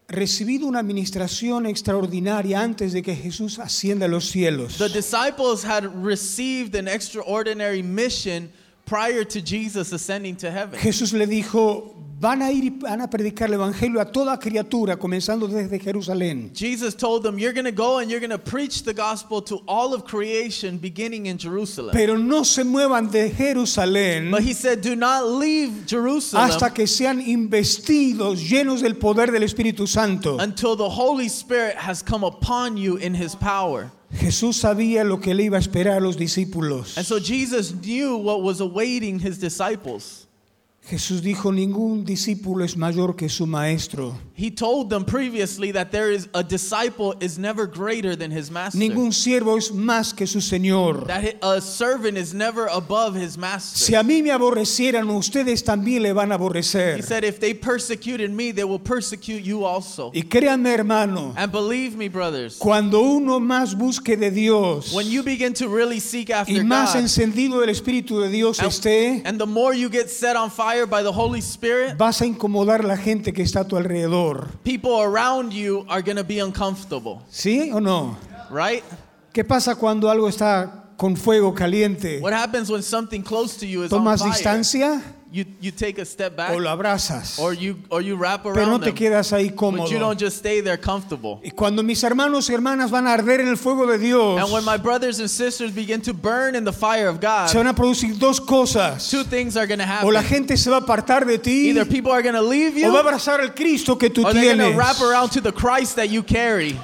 Speaker 2: recibido una administración extraordinaria antes de que Jesús ascienda a los cielos.
Speaker 3: The disciples had received an extraordinary mission prior to Jesus ascending to heaven.
Speaker 2: Jesús le dijo, van a ir y van a predicar el Evangelio a toda criatura, comenzando desde Jerusalén.
Speaker 3: Jesus told them, You're going to go and you're going to preach the gospel to all of creation beginning in Jerusalem.
Speaker 2: Pero no se muevan de Jerusalén
Speaker 3: But he said, Do not leave
Speaker 2: hasta
Speaker 3: Jerusalem
Speaker 2: que sean investidos, llenos del poder del Espíritu Santo.
Speaker 3: until the Holy Spirit has come upon you in his power.
Speaker 2: Jesús sabía lo que le iba a esperar a los discípulos.
Speaker 3: And so Jesus knew what was awaiting his disciples.
Speaker 2: Jesús dijo, ningún discípulo es mayor que su maestro.
Speaker 3: He told them previously that there is a disciple is never greater than his master.
Speaker 2: Ningún siervo es más que su Señor.
Speaker 3: That hi- a servant is never above his
Speaker 2: Si
Speaker 3: master.
Speaker 2: a mí me aborrecieran, ustedes también le van a
Speaker 3: He
Speaker 2: aborrecer.
Speaker 3: said, If they persecuted me, they will persecute you also.
Speaker 2: Y créanme, hermano,
Speaker 3: And believe me, brothers,
Speaker 2: cuando uno más busque de Dios
Speaker 3: when you begin to really seek
Speaker 2: y
Speaker 3: after
Speaker 2: más
Speaker 3: God,
Speaker 2: encendido del Espíritu de Dios esté,
Speaker 3: and the more you get set on fire by the Holy Spirit,
Speaker 2: vas a incomodar a la gente que está a tu alrededor.
Speaker 3: people around you are going to be uncomfortable,
Speaker 2: ¿Sí o no?
Speaker 3: right?
Speaker 2: ¿Qué pasa cuando algo está con fuego caliente?
Speaker 3: What happens when something close to you is on
Speaker 2: ¿Tomas
Speaker 3: fire?
Speaker 2: distancia
Speaker 3: You, you take a step back,
Speaker 2: o lo abrazas?
Speaker 3: or you, or you wrap
Speaker 2: Pero no
Speaker 3: around
Speaker 2: te
Speaker 3: them,
Speaker 2: quedas ahí
Speaker 3: but
Speaker 2: cómodo.
Speaker 3: you don't just stay there comfortable.
Speaker 2: Y cuando mis hermanos y hermanas van a arder en el fuego de Dios,
Speaker 3: And when my brothers and sisters begin to burn in the fire of
Speaker 2: se
Speaker 3: God,
Speaker 2: van a producir dos cosas.
Speaker 3: two things are going to
Speaker 2: O la
Speaker 3: happen.
Speaker 2: gente se va a apartar de ti
Speaker 3: Either people are going to leave
Speaker 2: o va a
Speaker 3: you,
Speaker 2: abrazar al Cristo que tú
Speaker 3: or they're going
Speaker 2: tienes.
Speaker 3: to wrap around to the Christ that you carry.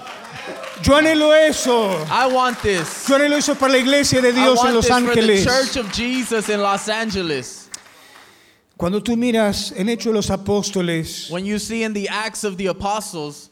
Speaker 2: Yo anhelo eso.
Speaker 3: I want this.
Speaker 2: Yo anhelo eso para la iglesia de
Speaker 3: I
Speaker 2: Dios
Speaker 3: want
Speaker 2: en Los
Speaker 3: this
Speaker 2: Ángeles.
Speaker 3: for the Church of Jesus in Los Angeles.
Speaker 2: Cuando tú miras en Hechos de los Apóstoles,
Speaker 3: When you see in the Acts of the Apostles,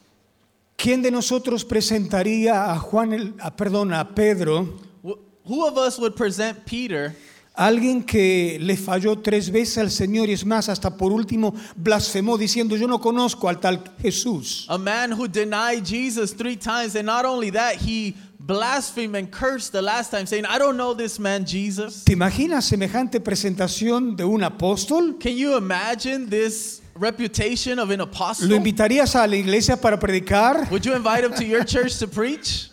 Speaker 2: ¿quién de nosotros presentaría a Juan, el, a- perdón, a Pedro,
Speaker 3: wh- who of us would present Peter,
Speaker 2: alguien que le falló tres veces al Señor y es más, hasta por último blasfemó diciendo, yo no conozco al tal Jesús?
Speaker 3: a man who denied Jesus three times, and not only that, he blasphemed and cursed the last time, saying, I don't know this man Jesus.
Speaker 2: ¿Te imaginas semejante presentación de un apóstol?
Speaker 3: Can you imagine this reputation of an
Speaker 2: ¿Lo
Speaker 3: apostle?
Speaker 2: invitarías a la iglesia para predicar?
Speaker 3: Would you invite him to your church to preach?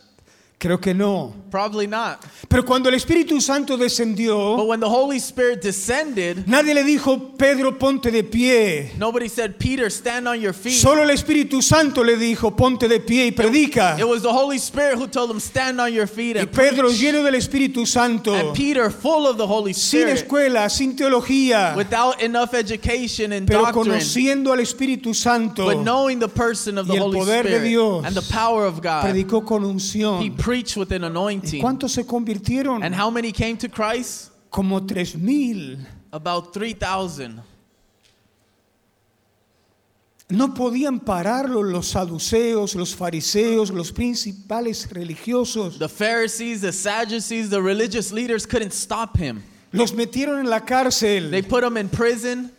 Speaker 2: Creo que no.
Speaker 3: Probably not.
Speaker 2: Pero cuando el Espíritu Santo
Speaker 3: But
Speaker 2: descendió,
Speaker 3: when the Holy Spirit descended,
Speaker 2: nadie le dijo, Pedro, ponte de pie.
Speaker 3: nobody said, Peter, stand on your feet.
Speaker 2: Solo el Espíritu Santo le dijo, ponte de pie y predica.
Speaker 3: It was the Holy Spirit who told him, stand on your feet
Speaker 2: Y
Speaker 3: and
Speaker 2: Pedro,
Speaker 3: preach.
Speaker 2: lleno del Espíritu Santo,
Speaker 3: And Peter, full of the Holy
Speaker 2: sin
Speaker 3: Spirit,
Speaker 2: escuela, sin teología,
Speaker 3: without enough education and
Speaker 2: pero
Speaker 3: doctrine,
Speaker 2: conociendo al Espíritu Santo,
Speaker 3: but knowing the person of
Speaker 2: Y
Speaker 3: the
Speaker 2: el
Speaker 3: Holy
Speaker 2: poder de
Speaker 3: Spirit
Speaker 2: Dios.
Speaker 3: and the power of God,
Speaker 2: predicó con
Speaker 3: he
Speaker 2: unción.
Speaker 3: preached with an
Speaker 2: ¿Y
Speaker 3: anointing.
Speaker 2: cuántos se convirtieron?
Speaker 3: And how many came to Christ?
Speaker 2: Como tres mil.
Speaker 3: About 3,000.
Speaker 2: No podían pararlo los saduceos, los fariseos, los principales religiosos.
Speaker 3: The Pharisees, the Sadducees, the religious leaders couldn't stop him.
Speaker 2: Los metieron en la
Speaker 3: They
Speaker 2: cárcel.
Speaker 3: put him in prison.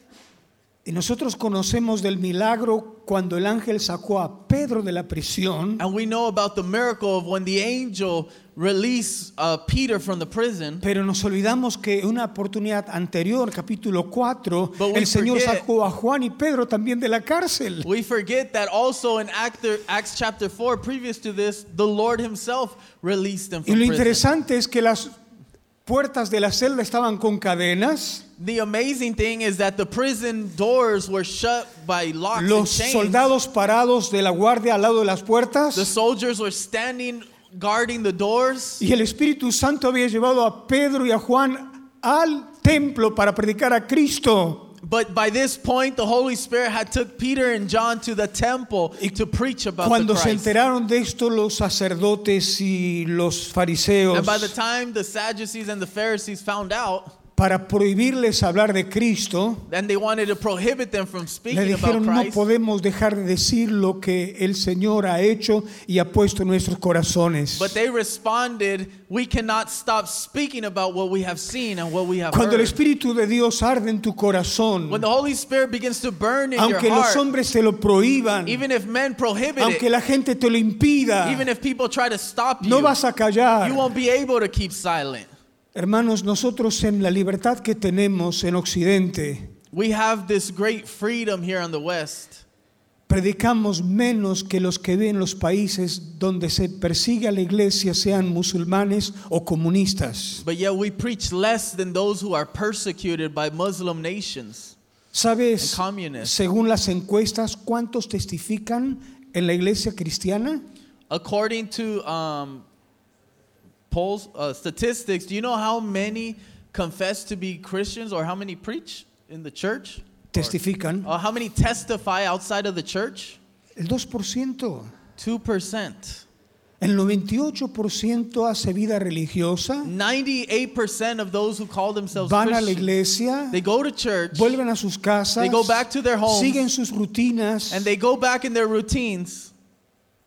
Speaker 2: Y nosotros conocemos del milagro cuando el ángel sacó a Pedro de la prisión.
Speaker 3: And we know about the miracle of when the angel released uh, Peter from the prison.
Speaker 2: Pero nos olvidamos que en una oportunidad anterior, capítulo 4,
Speaker 3: But we
Speaker 2: el Señor
Speaker 3: forget-
Speaker 2: sacó a Juan y Pedro también de la cárcel.
Speaker 3: We forget that also in Act- Acts chapter 4, previous to this, the Lord himself released them
Speaker 2: Y
Speaker 3: from
Speaker 2: lo
Speaker 3: prison.
Speaker 2: interesante es que las puertas de la celda estaban con cadenas.
Speaker 3: The amazing thing is that the prison doors were shut by locks
Speaker 2: Los
Speaker 3: and chains.
Speaker 2: soldados parados de la guardia al lado de las
Speaker 3: The
Speaker 2: puertas.
Speaker 3: soldiers were standing guarding the doors.
Speaker 2: Y el Espíritu Santo había llevado a Pedro y a Juan al templo para predicar a Cristo.
Speaker 3: But by this point, the Holy Spirit had took Peter and John to the temple to preach about the
Speaker 2: Cuando se
Speaker 3: Christ.
Speaker 2: enteraron de esto los sacerdotes y los fariseos,
Speaker 3: And by the time the Sadducees and the Pharisees found out,
Speaker 2: para prohibirles hablar de Cristo,
Speaker 3: then they wanted to prohibit them from
Speaker 2: le
Speaker 3: speaking about
Speaker 2: dijeron, no
Speaker 3: Christ.
Speaker 2: podemos dejar de decir lo que el Señor ha hecho y ha puesto en nuestros corazones.
Speaker 3: But they responded, We cannot stop speaking about what we have seen and what we have
Speaker 2: Cuando el
Speaker 3: heard.
Speaker 2: Espíritu de Dios arde en tu corazón,
Speaker 3: When the Holy Spirit begins to burn in your
Speaker 2: aunque los
Speaker 3: heart,
Speaker 2: hombres te lo prohíban,
Speaker 3: even if men prohibit
Speaker 2: aunque
Speaker 3: it,
Speaker 2: la gente te lo impida,
Speaker 3: even if people try to stop you,
Speaker 2: no vas a callar.
Speaker 3: you won't be able to keep silent.
Speaker 2: Hermanos, nosotros en la libertad que tenemos en Occidente,
Speaker 3: We have this great freedom here on the West.
Speaker 2: predicamos menos que los que ven los países donde se persigue a la iglesia, sean musulmanes o comunistas.
Speaker 3: But yet we preach less than those who are persecuted by Muslim nations.
Speaker 2: ¿Sabes,
Speaker 3: And communists.
Speaker 2: según las encuestas, cuántos testifican en la iglesia cristiana?
Speaker 3: According to um, polls, uh, statistics, do you know how many confess to be Christians or how many preach in the church?
Speaker 2: Testifican
Speaker 3: Or uh, how many testify outside of the church?
Speaker 2: el 2%.
Speaker 3: 2%.
Speaker 2: El 98% hace vida religiosa,
Speaker 3: 98% of Mm. those who call themselves
Speaker 2: van a la
Speaker 3: Christians,
Speaker 2: iglesia,
Speaker 3: they go to church
Speaker 2: vuelven a sus casas,
Speaker 3: They go back to their homes.
Speaker 2: siguen sus rutinas
Speaker 3: and they go back in their routines.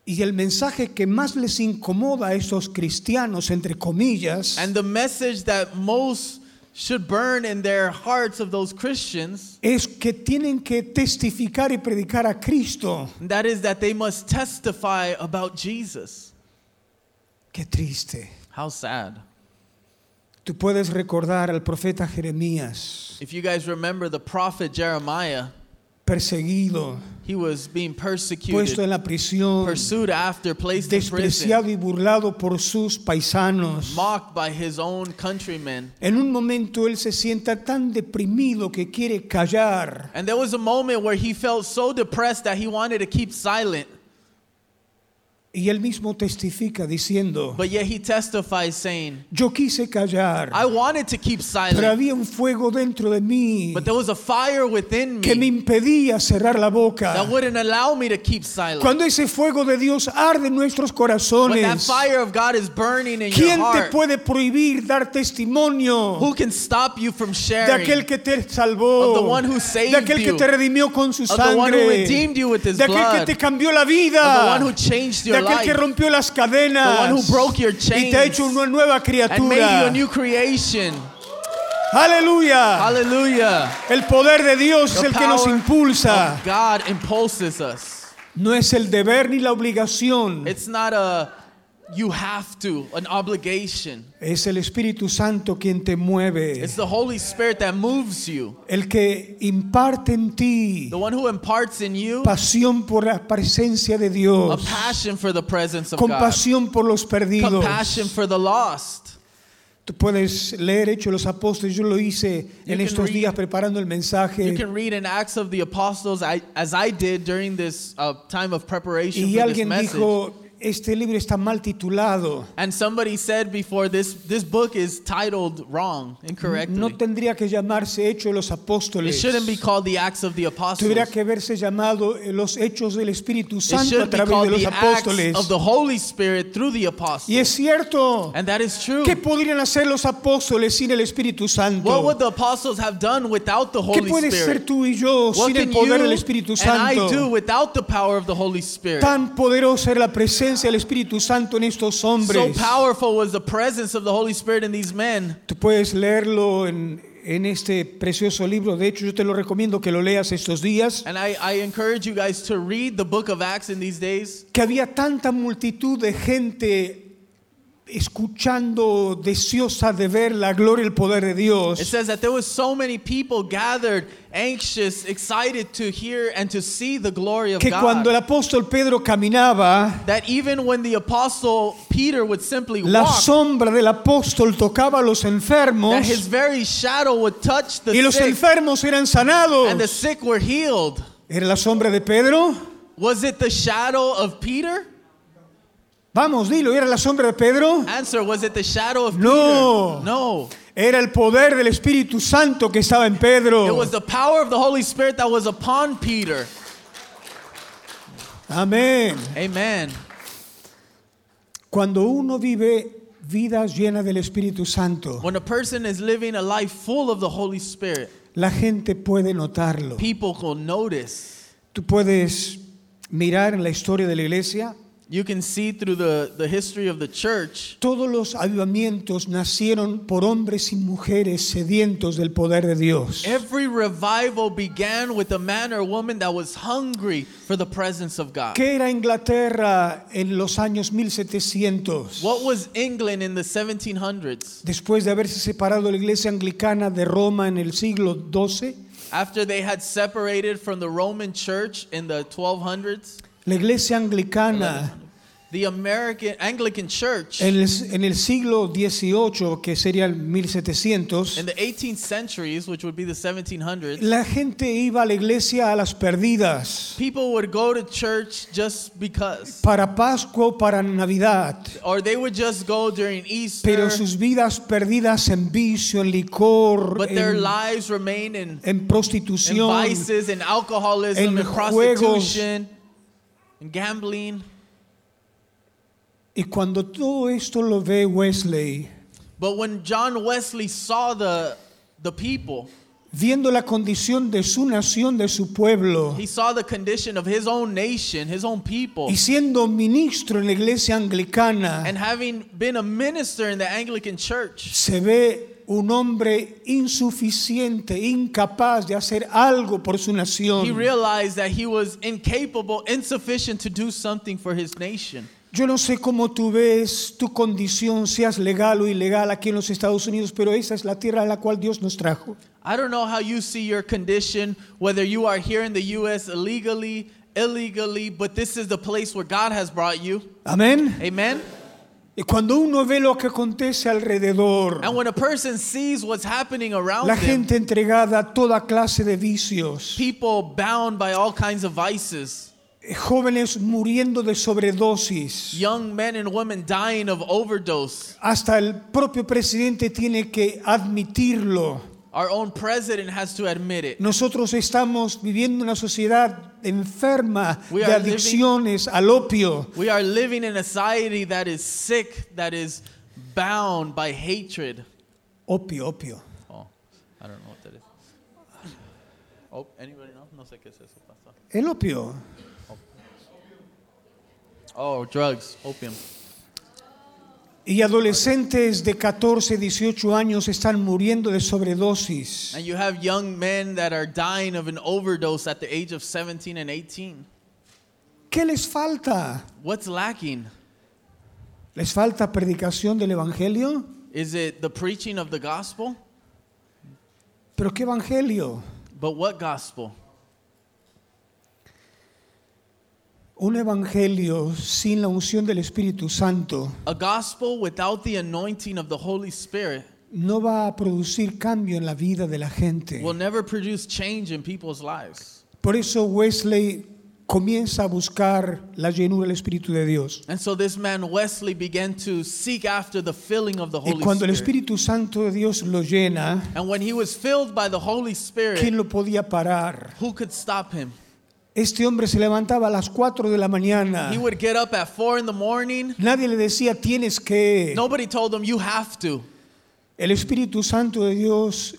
Speaker 2: y el mensaje que más les incomoda a estos cristianos, entre comillas,
Speaker 3: And the message that most should burn in their hearts of those Christians,
Speaker 2: es que tienen que testificar y predicar a Cristo.
Speaker 3: that is that they must testify about Jesus.
Speaker 2: Qué triste.
Speaker 3: How sad.
Speaker 2: Tú puedes recordar al profeta Jeremías,
Speaker 3: If you guys remember the prophet Jeremiah,
Speaker 2: perseguido,
Speaker 3: he was being
Speaker 2: puesto en
Speaker 3: persecuted,
Speaker 2: la prisión,
Speaker 3: pursued after, placed in prison,
Speaker 2: despreciado y burlado por sus paisanos.
Speaker 3: mocked by his own countrymen.
Speaker 2: En un momento él se sienta tan deprimido que quiere callar.
Speaker 3: And there was a moment where he felt so depressed that he wanted to keep silent,
Speaker 2: Y él mismo testifica diciendo,
Speaker 3: but yet he testifies saying,
Speaker 2: yo quise callar,
Speaker 3: I wanted to keep
Speaker 2: pero
Speaker 3: silent,
Speaker 2: había un fuego dentro de mí
Speaker 3: but there was a fire within
Speaker 2: que me
Speaker 3: me
Speaker 2: impedía cerrar la
Speaker 3: that
Speaker 2: boca.
Speaker 3: wouldn't allow me to keep silent.
Speaker 2: Cuando ese fuego de Dios arde en nuestros
Speaker 3: When that
Speaker 2: corazones,
Speaker 3: fire of God is burning in your
Speaker 2: ¿quién te
Speaker 3: heart,
Speaker 2: puede prohibir dar testimonio
Speaker 3: who can stop you from
Speaker 2: de
Speaker 3: sharing?
Speaker 2: aquel que te salvó,
Speaker 3: Of the one who saved
Speaker 2: de aquel que
Speaker 3: you.
Speaker 2: te redimió con su
Speaker 3: Of the one who
Speaker 2: sangre,
Speaker 3: redeemed you with his
Speaker 2: de aquel que
Speaker 3: blood.
Speaker 2: te cambió la
Speaker 3: of the one who
Speaker 2: vida?
Speaker 3: changed
Speaker 2: ah, de aquel
Speaker 3: your
Speaker 2: que
Speaker 3: life
Speaker 2: rompió las cadenas
Speaker 3: The one who broke your
Speaker 2: y te ha hecho
Speaker 3: chains
Speaker 2: una nueva
Speaker 3: and made you a
Speaker 2: criatura.
Speaker 3: new creation.
Speaker 2: Aleluya.
Speaker 3: Hallelujah.
Speaker 2: El poder de Dios es
Speaker 3: The
Speaker 2: el que nos
Speaker 3: power
Speaker 2: impulsa.
Speaker 3: of God impulses us.
Speaker 2: No es el deber ni la obligación.
Speaker 3: It's not a you have to, an obligation.
Speaker 2: Es el Espíritu Santo quien te mueve.
Speaker 3: It's the Holy Spirit that moves you,
Speaker 2: El que imparte en ti
Speaker 3: the one who imparts in you
Speaker 2: pasión por la presencia de
Speaker 3: a
Speaker 2: Dios.
Speaker 3: passion for the presence of God,
Speaker 2: Compasión por los perdidos.
Speaker 3: compassion for the lost.
Speaker 2: Tú puedes leer Hechos de los Apóstoles. Yo lo hice
Speaker 3: You
Speaker 2: en
Speaker 3: can
Speaker 2: estos
Speaker 3: read-
Speaker 2: días preparando el
Speaker 3: You
Speaker 2: mensaje.
Speaker 3: can read in Acts of the Apostles, I, as I did during this uh, time of preparation
Speaker 2: Y
Speaker 3: for this
Speaker 2: alguien
Speaker 3: message.
Speaker 2: dijo, este libro está mal titulado.
Speaker 3: And somebody said before this this book is titled wrong, incorrectly.
Speaker 2: No tendría que llamarse Hechos de los
Speaker 3: it
Speaker 2: Apóstoles.
Speaker 3: shouldn't be called the Acts of the Apostles.
Speaker 2: Tuviera
Speaker 3: It
Speaker 2: que verse llamado eh, los Hechos del Espíritu Santo a
Speaker 3: should be
Speaker 2: través de
Speaker 3: called
Speaker 2: los
Speaker 3: the
Speaker 2: apóstoles.
Speaker 3: Acts of the Holy Spirit through the apostles.
Speaker 2: Y es cierto.
Speaker 3: And that is true.
Speaker 2: ¿Qué podrían hacer los apóstoles sin el Espíritu
Speaker 3: What would
Speaker 2: Santo?
Speaker 3: the apostles have done without the
Speaker 2: ¿Qué
Speaker 3: Holy
Speaker 2: puedes ser
Speaker 3: Spirit?
Speaker 2: tú y yo
Speaker 3: What
Speaker 2: sin el
Speaker 3: can
Speaker 2: poder
Speaker 3: you
Speaker 2: del Espíritu
Speaker 3: and I do
Speaker 2: Santo?
Speaker 3: without the power of the Holy Spirit?
Speaker 2: Tan poderosa es la presencia del Espíritu Santo en estos
Speaker 3: So
Speaker 2: hombres.
Speaker 3: powerful was the presence of the Holy Spirit in these men.
Speaker 2: Tú puedes leerlo en, en este precioso libro. De hecho, yo te lo recomiendo que lo leas estos días.
Speaker 3: And I, I encourage you guys to read the book of Acts in these days.
Speaker 2: que había tanta multitud de gente escuchando, deseosa de ver la gloria y el poder de
Speaker 3: It
Speaker 2: Dios,
Speaker 3: says that there was so many people gathered, anxious, excited to hear and to see the glory of
Speaker 2: que cuando
Speaker 3: God.
Speaker 2: el apóstol Pedro caminaba,
Speaker 3: That even when the apostle Peter would simply
Speaker 2: la
Speaker 3: walk,
Speaker 2: sombra del apóstol tocaba a los
Speaker 3: that his
Speaker 2: enfermos
Speaker 3: very shadow would touch the
Speaker 2: y los
Speaker 3: sick,
Speaker 2: enfermos eran
Speaker 3: and the
Speaker 2: sanados.
Speaker 3: sick were healed.
Speaker 2: ¿Era la sombra de Pedro?
Speaker 3: Was it the shadow of Peter?
Speaker 2: Vamos, dilo, ¿era la sombra de Pedro?
Speaker 3: Answer, was it the shadow of
Speaker 2: No.
Speaker 3: Peter? No.
Speaker 2: Era el poder del Espíritu Santo que estaba en
Speaker 3: It
Speaker 2: Pedro.
Speaker 3: was the power of the Holy Spirit that was upon Peter.
Speaker 2: Amén.
Speaker 3: Amen.
Speaker 2: Cuando uno vive vidas llenas del Espíritu Santo,
Speaker 3: When a person is living a life full of the Holy Spirit,
Speaker 2: la gente puede notarlo.
Speaker 3: people will notice.
Speaker 2: Tú puedes mirar en la historia de la iglesia,
Speaker 3: You can see through the, the history of the church,
Speaker 2: todos los avivamientos nacieron por hombres y mujeres sedientos del poder de Dios.
Speaker 3: every revival began with a man or woman that was hungry for the presence of God.
Speaker 2: ¿Qué era Inglaterra en los años 1700?
Speaker 3: What was England in the 1700s?
Speaker 2: Después de haberse separado la iglesia anglicana de Roma en el siglo XII,
Speaker 3: After they had separated from the Roman church in the 1200s,
Speaker 2: la iglesia anglicana
Speaker 3: the American Anglican church
Speaker 2: en el, en el siglo XVIII, que sería el 1700,
Speaker 3: in the 18th centuries, which would be the 1700s,
Speaker 2: la gente iba a la iglesia a las perdidas,
Speaker 3: people would go to church just because.
Speaker 2: para Pascua o para Navidad.
Speaker 3: Or they would just go during Easter,
Speaker 2: Pero sus vidas perdidas en vicio, en licor,
Speaker 3: but their
Speaker 2: en,
Speaker 3: lives remain in,
Speaker 2: en
Speaker 3: in
Speaker 2: prostitución,
Speaker 3: vices and
Speaker 2: en
Speaker 3: alcoholism and
Speaker 2: juegos.
Speaker 3: prostitution and gambling.
Speaker 2: Y cuando todo esto lo ve Wesley,
Speaker 3: But when John Wesley saw the the people,
Speaker 2: viendo la condición de su nación, de su pueblo,
Speaker 3: he saw the condition of his own nation, his own people.
Speaker 2: y siendo ministro en la iglesia anglicana,
Speaker 3: And having been a minister in the Anglican church,
Speaker 2: se ve un hombre insuficiente, incapaz de hacer algo por su
Speaker 3: he
Speaker 2: nación.
Speaker 3: realized that he was incapable, insufficient to do something for his nation.
Speaker 2: Yo no sé cómo tú ves tu condición, seas legal o ilegal aquí en los Estados Unidos, pero esa es la tierra a la cual Dios nos trajo.
Speaker 3: I don't know how you see your condition, whether you are here in the U.S. illegally, illegally, but this is the place where God has brought you.
Speaker 2: Amén.
Speaker 3: Amen?
Speaker 2: Y cuando uno ve lo que acontece alrededor,
Speaker 3: And when a person sees what's happening around
Speaker 2: la
Speaker 3: them,
Speaker 2: gente entregada a toda clase de vicios,
Speaker 3: people bound by all kinds of vices,
Speaker 2: jóvenes muriendo de sobredosis.
Speaker 3: young men and women dying of overdose.
Speaker 2: Hasta el propio presidente tiene que admitirlo.
Speaker 3: Our own president has to admit it.
Speaker 2: Nosotros estamos viviendo una sociedad enferma
Speaker 3: We
Speaker 2: de
Speaker 3: are living-
Speaker 2: adicciones al opio.
Speaker 3: We are living in a society that is sick, that is bound by hatred.
Speaker 2: Opio, opio.
Speaker 3: Oh, I don't know what that is. Oh, anybody know? No sé qué es eso. pastor.
Speaker 2: El opio.
Speaker 3: Oh, drugs, opium.
Speaker 2: Y adolescentes de 14, 18 años están muriendo de sobredosis.
Speaker 3: And you have young men that are dying of an overdose at the age of 17 and 18.
Speaker 2: ¿Qué les falta?
Speaker 3: What's lacking?
Speaker 2: ¿Les falta predicación del Evangelio?
Speaker 3: Is it the preaching of the gospel?
Speaker 2: ¿Pero qué Evangelio?
Speaker 3: But what gospel?
Speaker 2: Un Evangelio sin la unción del Espíritu Santo
Speaker 3: A gospel without the anointing of the Holy Spirit
Speaker 2: no va a producir cambio en la vida de la gente.
Speaker 3: will never produce change in people's lives.
Speaker 2: Por eso Wesley comienza a buscar la llenura del Espíritu de Dios.
Speaker 3: And so this man Wesley began to seek after the filling of the
Speaker 2: Y
Speaker 3: Holy
Speaker 2: cuando el
Speaker 3: Spirit.
Speaker 2: Espíritu Santo de Dios lo llena,
Speaker 3: And when he was filled by the Holy Spirit,
Speaker 2: ¿quién lo podía parar?
Speaker 3: who could stop him?
Speaker 2: Este hombre se levantaba a las 4 de la mañana.
Speaker 3: He would get up at four in the morning.
Speaker 2: Nadie le decía, tienes que...
Speaker 3: Nobody told him, You have to.
Speaker 2: El Espíritu Santo de Dios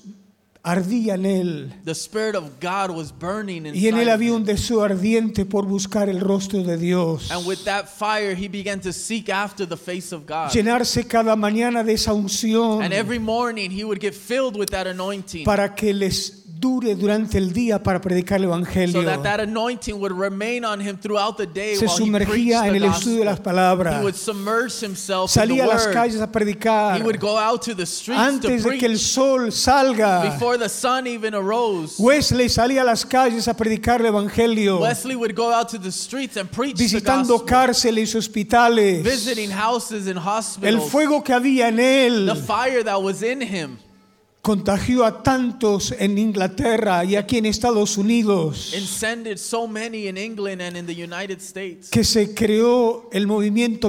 Speaker 2: ardía en él.
Speaker 3: The Spirit of God was burning
Speaker 2: Y en él
Speaker 3: inside. of
Speaker 2: había
Speaker 3: him.
Speaker 2: un deseo ardiente por buscar el rostro de Dios.
Speaker 3: And with that fire, he began to seek after the face of God.
Speaker 2: Llenarse cada mañana de esa unción
Speaker 3: And every morning, he would get filled with that anointing
Speaker 2: para que les dure durante el día para predicar el
Speaker 3: so
Speaker 2: Evangelio.
Speaker 3: that that anointing would remain on him throughout the day
Speaker 2: Se
Speaker 3: while he preached
Speaker 2: sumergía en
Speaker 3: the
Speaker 2: el estudio de las
Speaker 3: gospel. He
Speaker 2: palabras.
Speaker 3: would submerge himself in
Speaker 2: Salía
Speaker 3: the
Speaker 2: a las
Speaker 3: word.
Speaker 2: calles a
Speaker 3: He
Speaker 2: predicar
Speaker 3: would go out to the streets to
Speaker 2: antes de que el
Speaker 3: preach
Speaker 2: sol salga.
Speaker 3: before the sun even arose.
Speaker 2: Wesley salía a las calles a predicar el Evangelio,
Speaker 3: Wesley would go out to the streets and preach the
Speaker 2: visitando
Speaker 3: gospel,
Speaker 2: cárceles y hospitales.
Speaker 3: visiting houses and
Speaker 2: El
Speaker 3: hospitals.
Speaker 2: fuego que había en él
Speaker 3: The fire that was in him
Speaker 2: contagió a tantos en Inglaterra y aquí en Estados Unidos
Speaker 3: Incendied so many in England and in the United States
Speaker 2: que se creó el movimiento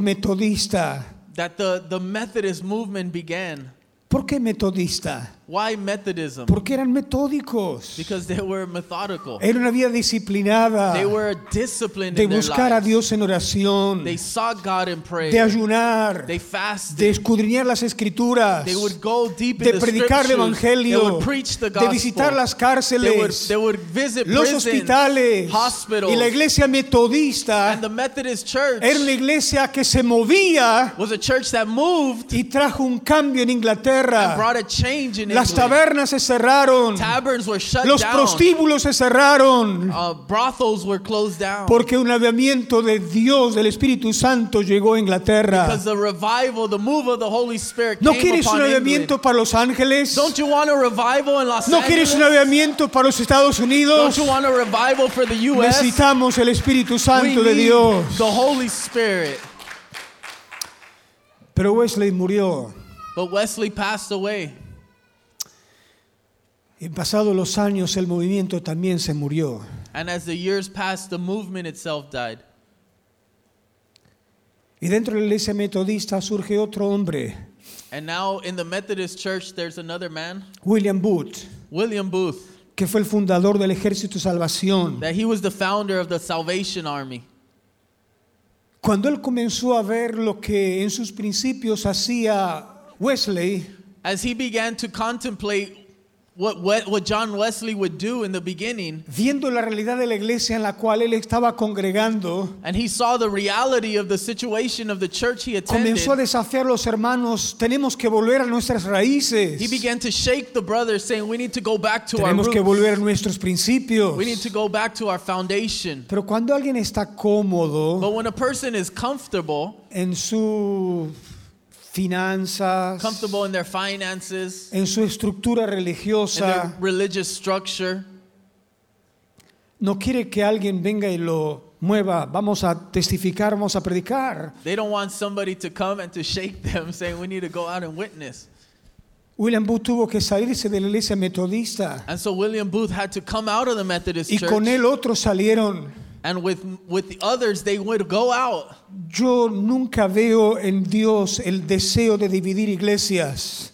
Speaker 2: metodista.
Speaker 3: that the, the Methodist movement began.
Speaker 2: ¿Por qué metodista?
Speaker 3: Why Methodism?
Speaker 2: Porque eran metódicos.
Speaker 3: Because they were methodical.
Speaker 2: Era una vida disciplinada
Speaker 3: They were disciplined
Speaker 2: de
Speaker 3: in their
Speaker 2: buscar a
Speaker 3: lives.
Speaker 2: Dios en oración,
Speaker 3: They sought God in
Speaker 2: de
Speaker 3: prayer.
Speaker 2: ayunar,
Speaker 3: They
Speaker 2: de
Speaker 3: fasted.
Speaker 2: escudriñar las escrituras,
Speaker 3: They would go deep in
Speaker 2: de
Speaker 3: the
Speaker 2: predicar el
Speaker 3: scriptures. They
Speaker 2: evangelio,
Speaker 3: would preach the
Speaker 2: de
Speaker 3: gospel.
Speaker 2: visitar las
Speaker 3: They would,
Speaker 2: cárceles,
Speaker 3: they would visit
Speaker 2: los
Speaker 3: prisons,
Speaker 2: hospitales
Speaker 3: hospitals,
Speaker 2: y la iglesia metodista
Speaker 3: and the Methodist church
Speaker 2: era una iglesia que se movía
Speaker 3: was a church that moved
Speaker 2: y trajo un cambio en
Speaker 3: and
Speaker 2: Inglaterra.
Speaker 3: brought a change in
Speaker 2: Ah. Las
Speaker 3: England.
Speaker 2: tabernas se cerraron,
Speaker 3: Taverns were shut
Speaker 2: los
Speaker 3: down.
Speaker 2: prostíbulos se cerraron,
Speaker 3: Uh, brothels were closed down.
Speaker 2: porque un avivamiento de Dios, del Espíritu Santo, llegó a Inglaterra.
Speaker 3: Because the revival, the move of the Holy Spirit
Speaker 2: ah. ¿No
Speaker 3: came
Speaker 2: quieres un
Speaker 3: upon England.
Speaker 2: avivamiento para Los Ángeles?
Speaker 3: Don't you want a revival in Los
Speaker 2: ¿No quieres
Speaker 3: Angeles?
Speaker 2: un avivamiento para los Estados Unidos?
Speaker 3: Don't you want a revival for the U.S.?
Speaker 2: Necesitamos el Espíritu
Speaker 3: we
Speaker 2: Santo de
Speaker 3: need
Speaker 2: Dios.
Speaker 3: the Holy Spirit.
Speaker 2: Pero Wesley murió.
Speaker 3: But Wesley passed away.
Speaker 2: En pasados los años el movimiento también se murió.
Speaker 3: And as the years passed, the movement itself died.
Speaker 2: Y dentro de la iglesia metodista surge otro hombre,
Speaker 3: And now in the Methodist Church, there's another man,
Speaker 2: William Booth,
Speaker 3: William Booth,
Speaker 2: que fue el fundador del Ejército de Salvación.
Speaker 3: that he was the founder of the Salvation Army.
Speaker 2: Cuando él comenzó a ver lo que en sus principios hacía Wesley,
Speaker 3: As he began to contemplate what, what, what John Wesley would do in the beginning,
Speaker 2: viendo la realidad de la iglesia en la cual él estaba congregando,
Speaker 3: and he saw the reality of the situation of the church he attended,
Speaker 2: comenzó a desafiar a los hermanos, tenemos que volver a nuestras raíces,
Speaker 3: he began to shake the brothers, saying, We need to go back to our
Speaker 2: tenemos que
Speaker 3: roots.
Speaker 2: volver a nuestros principios.
Speaker 3: We need to go back to our foundation.
Speaker 2: Pero cuando alguien está cómodo
Speaker 3: But when a person is comfortable,
Speaker 2: en sus finanzas,
Speaker 3: comfortable in their finances,
Speaker 2: en su estructura
Speaker 3: in their
Speaker 2: religiosa,
Speaker 3: religious structure,
Speaker 2: no quiere que alguien venga y lo mueva, vamos a testificar, vamos a predicar.
Speaker 3: they don't want somebody to come and to shake them, saying, We need to go out and witness.
Speaker 2: William Booth tuvo que salirse de la iglesia metodista
Speaker 3: And so William Booth had to come out of the Methodist
Speaker 2: y con
Speaker 3: church.
Speaker 2: él otros salieron.
Speaker 3: And with, with the others, they would go out.
Speaker 2: Yo nunca veo en Dios el deseo de dividir iglesias.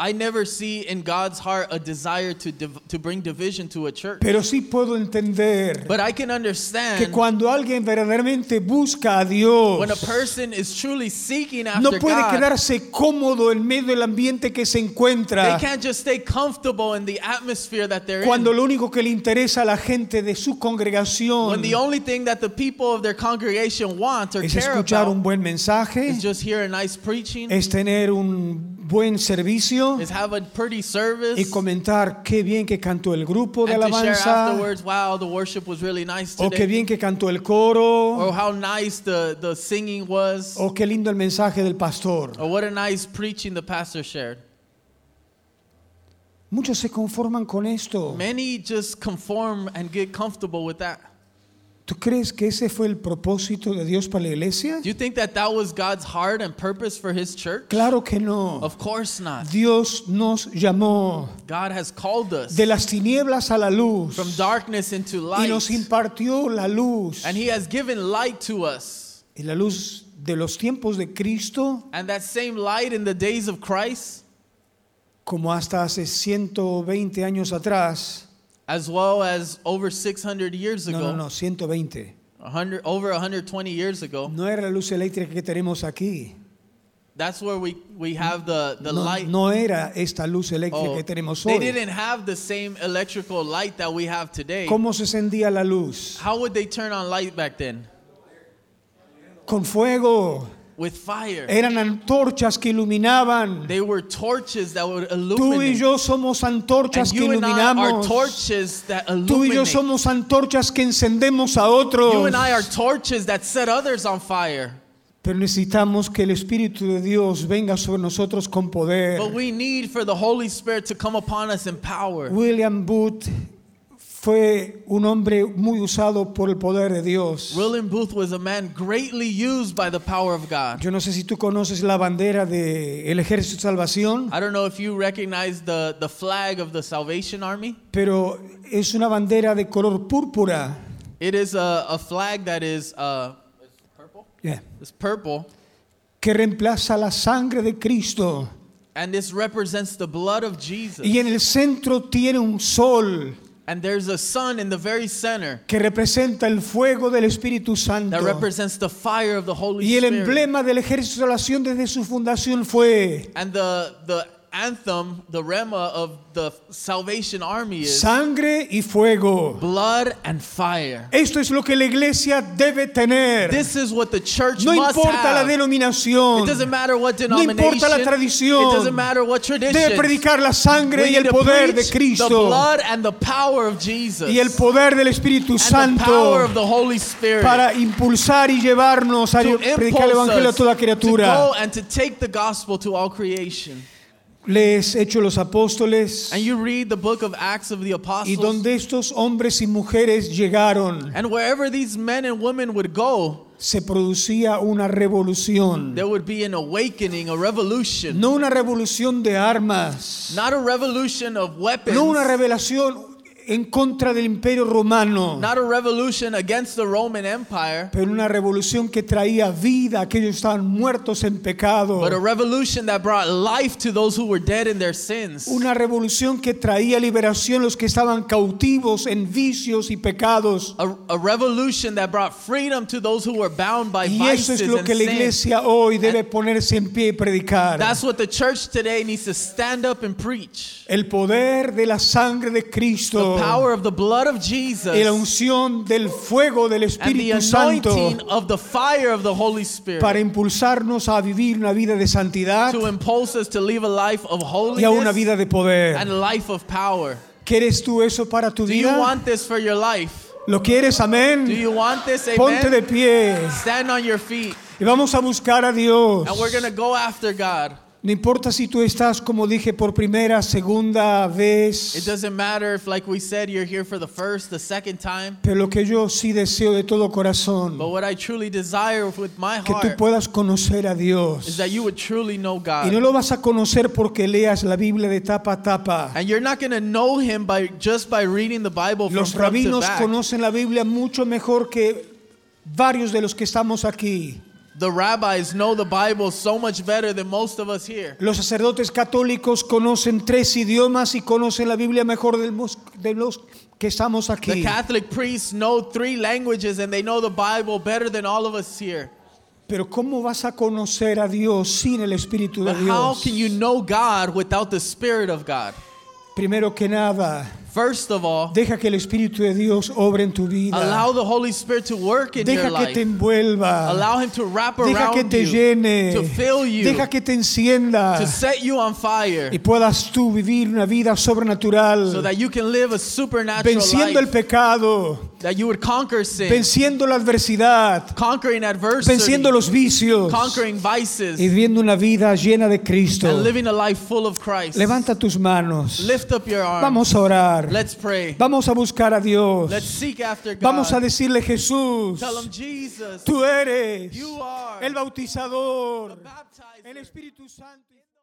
Speaker 3: I never see in God's heart a desire to, div- to bring division to a church.
Speaker 2: Pero sí puedo entender
Speaker 3: But I can
Speaker 2: que
Speaker 3: understand
Speaker 2: cuando alguien verdaderamente busca a Dios,
Speaker 3: when a person is truly seeking
Speaker 2: no
Speaker 3: after
Speaker 2: puede
Speaker 3: God,
Speaker 2: quedarse cómodo en medio del ambiente que se
Speaker 3: They
Speaker 2: encuentra
Speaker 3: can't just stay comfortable in the atmosphere that they're
Speaker 2: Ah. cuando
Speaker 3: in.
Speaker 2: lo único que le interesa a la gente de su
Speaker 3: When
Speaker 2: congregación
Speaker 3: the only thing that the people of their congregation want or
Speaker 2: es
Speaker 3: care
Speaker 2: escuchar
Speaker 3: about
Speaker 2: un buen mensaje,
Speaker 3: is just hear a nice preaching,
Speaker 2: es tener un buen servicio
Speaker 3: is have a pretty
Speaker 2: y
Speaker 3: service,
Speaker 2: comentar qué bien que cantó el grupo de
Speaker 3: and to share
Speaker 2: alabanza
Speaker 3: afterwards, wow, the worship was really nice
Speaker 2: o qué
Speaker 3: today, Oh.
Speaker 2: bien que cantó el coro
Speaker 3: or how nice the, the singing was,
Speaker 2: o qué lindo el mensaje del pastor.
Speaker 3: or what a nice preaching the pastor shared.
Speaker 2: Muchos se conforman con esto.
Speaker 3: Many just conform and get comfortable with that.
Speaker 2: ¿Tú crees que ese fue el propósito de Dios para la iglesia?
Speaker 3: Do you think that that was God's heart and purpose for his church?
Speaker 2: Claro que no.
Speaker 3: Of course not.
Speaker 2: Dios nos llamó
Speaker 3: God has called us.
Speaker 2: de las tinieblas a la luz
Speaker 3: from darkness into
Speaker 2: y
Speaker 3: light.
Speaker 2: nos impartió la luz.
Speaker 3: And he has given light to us.
Speaker 2: Y la luz de los tiempos de Cristo
Speaker 3: And that same light in the days of Christ,
Speaker 2: como hasta hace 120 años atrás,
Speaker 3: as well as over 600 years
Speaker 2: no,
Speaker 3: ago,
Speaker 2: no, no, 120.
Speaker 3: 100, over 120 years ago,
Speaker 2: No era la luz eléctrica que tenemos aquí.
Speaker 3: that's where we, we have the, the
Speaker 2: No,
Speaker 3: light.
Speaker 2: no era esta luz eléctrica
Speaker 3: Oh,
Speaker 2: que tenemos
Speaker 3: they
Speaker 2: hoy.
Speaker 3: didn't have the same electrical light that we have today.
Speaker 2: ¿Cómo se encendía la luz?
Speaker 3: How would they turn on light back then?
Speaker 2: Con fuego.
Speaker 3: With fire.
Speaker 2: Eran antorchas que iluminaban.
Speaker 3: They were torches that would
Speaker 2: Tú y
Speaker 3: illuminate.
Speaker 2: yo somos antorchas
Speaker 3: and
Speaker 2: que
Speaker 3: you and I are
Speaker 2: iluminamos.
Speaker 3: torches that
Speaker 2: Tú y yo
Speaker 3: illuminate.
Speaker 2: somos antorchas que encendemos a
Speaker 3: You
Speaker 2: otros.
Speaker 3: and I are torches that set others on fire.
Speaker 2: Pero necesitamos que el Espíritu de Dios venga sobre nosotros con poder.
Speaker 3: But we need for the Holy Spirit to come upon us in power.
Speaker 2: William Booth fue un hombre muy usado por el poder de Dios.
Speaker 3: William Booth was a man greatly used by the power of God.
Speaker 2: Yo no sé si tú conoces la bandera del Ejército de Salvación,
Speaker 3: I don't know if you recognize the, the flag of the Salvation Army.
Speaker 2: pero es una bandera de color púrpura.
Speaker 3: It is a, a flag that is uh, purple.
Speaker 2: Yeah.
Speaker 3: It's purple,
Speaker 2: que reemplaza la sangre de Cristo.
Speaker 3: and this represents the blood of Jesus.
Speaker 2: Y en el centro tiene un sol
Speaker 3: And there's a sun in the very center
Speaker 2: que representa el fuego del Espíritu Santo.
Speaker 3: that represents the fire of the Holy
Speaker 2: Y el
Speaker 3: Spirit.
Speaker 2: emblema del ejército de salvación desde su fundación fue
Speaker 3: And the the anthem, the rema of the Salvation Army is
Speaker 2: sangre y fuego.
Speaker 3: blood and fire.
Speaker 2: Esto es lo que la iglesia debe tener.
Speaker 3: This is what the church
Speaker 2: No
Speaker 3: must
Speaker 2: importa la
Speaker 3: have.
Speaker 2: denominación.
Speaker 3: It doesn't matter what
Speaker 2: No
Speaker 3: denomination.
Speaker 2: importa la
Speaker 3: It
Speaker 2: tradición.
Speaker 3: doesn't matter what tradition.
Speaker 2: Debe predicar la sangre
Speaker 3: We
Speaker 2: y
Speaker 3: need
Speaker 2: el
Speaker 3: to
Speaker 2: poder de
Speaker 3: preach The
Speaker 2: Cristo
Speaker 3: blood and the power of Jesus.
Speaker 2: y el poder del Espíritu
Speaker 3: and the power
Speaker 2: Santo
Speaker 3: of the Holy Spirit.
Speaker 2: para impulsar y llevarnos a
Speaker 3: to
Speaker 2: predicar el
Speaker 3: impulse
Speaker 2: evangelio a
Speaker 3: us
Speaker 2: toda
Speaker 3: To
Speaker 2: criatura.
Speaker 3: go and to take the gospel to all creation.
Speaker 2: Les hecho los apóstoles
Speaker 3: And you read the book of Acts of the
Speaker 2: y
Speaker 3: Apostles.
Speaker 2: donde estos hombres y mujeres llegaron
Speaker 3: and wherever these men and women would go,
Speaker 2: se producía una revolución.
Speaker 3: there would be an awakening, a revolution.
Speaker 2: No una revolución de armas,
Speaker 3: Not a revolution of weapons.
Speaker 2: no una revelación en contra del imperio romano,
Speaker 3: not a revolution against the Roman Empire.
Speaker 2: pero una revolución que traía vida a aquellos que estaban muertos en pecado.
Speaker 3: But a revolution that brought life to those who were dead in their sins.
Speaker 2: Una revolución que traía liberación a los que estaban cautivos en vicios y pecados.
Speaker 3: A, a revolution that brought freedom to those who were bound by
Speaker 2: Y eso
Speaker 3: vices
Speaker 2: es lo
Speaker 3: and
Speaker 2: que la
Speaker 3: sin.
Speaker 2: iglesia hoy debe ponerse en pie y predicar.
Speaker 3: That's what the church today needs to stand up and preach.
Speaker 2: El poder de la sangre de
Speaker 3: The
Speaker 2: Cristo
Speaker 3: power of the blood of
Speaker 2: y la
Speaker 3: Jesus
Speaker 2: unción del fuego del
Speaker 3: and the
Speaker 2: Espíritu
Speaker 3: anointing
Speaker 2: Santo
Speaker 3: of the fire of the Holy Spirit
Speaker 2: para impulsarnos a vivir una vida de santidad
Speaker 3: to impulse us to live a life of
Speaker 2: y a una
Speaker 3: holiness
Speaker 2: vida de poder.
Speaker 3: and a life of power.
Speaker 2: ¿Quieres tú eso para tu
Speaker 3: Do you
Speaker 2: vida?
Speaker 3: want this for your life?
Speaker 2: ¿Lo quieres?
Speaker 3: Do
Speaker 2: Amén.
Speaker 3: you want this?
Speaker 2: Ponte de
Speaker 3: Amen.
Speaker 2: pie
Speaker 3: Stand on your feet
Speaker 2: y vamos a buscar a Dios.
Speaker 3: and we're going to go after God.
Speaker 2: No importa si tú estás, como dije, por primera, segunda
Speaker 3: It
Speaker 2: vez,
Speaker 3: doesn't matter if, like we said, you're here for the first, the second time.
Speaker 2: pero lo que yo sí deseo de todo corazón,
Speaker 3: But what I truly desire with my
Speaker 2: que tú
Speaker 3: heart
Speaker 2: puedas conocer a
Speaker 3: is
Speaker 2: Dios.
Speaker 3: that you would truly know
Speaker 2: Y no
Speaker 3: God.
Speaker 2: lo vas a conocer porque leas la Biblia de tapa a tapa.
Speaker 3: And you're not going to know him by just by reading the Bible from
Speaker 2: Los
Speaker 3: front to
Speaker 2: rabinos
Speaker 3: back.
Speaker 2: conocen la Biblia mucho mejor que varios de los que estamos aquí.
Speaker 3: The rabbis know the Bible so much better than most of us here.
Speaker 2: Los sacerdotes católicos conocen tres idiomas y conocen la Biblia mejor de los, de los que estamos
Speaker 3: The
Speaker 2: aquí.
Speaker 3: Catholic priests know three languages and they know the Bible better than all of us here.
Speaker 2: Pero ¿cómo vas a conocer a Dios sin el Espíritu de
Speaker 3: But how
Speaker 2: Dios?
Speaker 3: can you know God without the Spirit of God?
Speaker 2: Primero que nada,
Speaker 3: First of all,
Speaker 2: deja que el Espíritu de Dios obre en tu vida.
Speaker 3: allow the Holy Spirit to work in your
Speaker 2: Deja que
Speaker 3: life.
Speaker 2: te envuelva.
Speaker 3: Allow him to wrap
Speaker 2: Deja
Speaker 3: around
Speaker 2: que te
Speaker 3: you,
Speaker 2: llene.
Speaker 3: to fill you,
Speaker 2: Deja que te encienda
Speaker 3: to set you on fire,
Speaker 2: y puedas tú vivir una vida
Speaker 3: so
Speaker 2: sobrenatural,
Speaker 3: that you can live a supernatural
Speaker 2: venciendo el
Speaker 3: life,
Speaker 2: pecado,
Speaker 3: that you would conquer sin,
Speaker 2: venciendo la adversidad,
Speaker 3: conquering adversity,
Speaker 2: venciendo los vicios
Speaker 3: conquering vices,
Speaker 2: y viviendo una vida llena de Cristo.
Speaker 3: and living a life full of Christ.
Speaker 2: Levanta tus manos.
Speaker 3: Lift up your arms.
Speaker 2: Vamos a orar.
Speaker 3: Let's pray.
Speaker 2: Vamos a buscar a Dios.
Speaker 3: Let's seek after God.
Speaker 2: Vamos a decirle Jesús,
Speaker 3: Tell him, Jesus,
Speaker 2: tú eres
Speaker 3: you are
Speaker 2: el
Speaker 3: the
Speaker 2: bautizador,
Speaker 3: baptizer.
Speaker 2: el Espíritu Santo.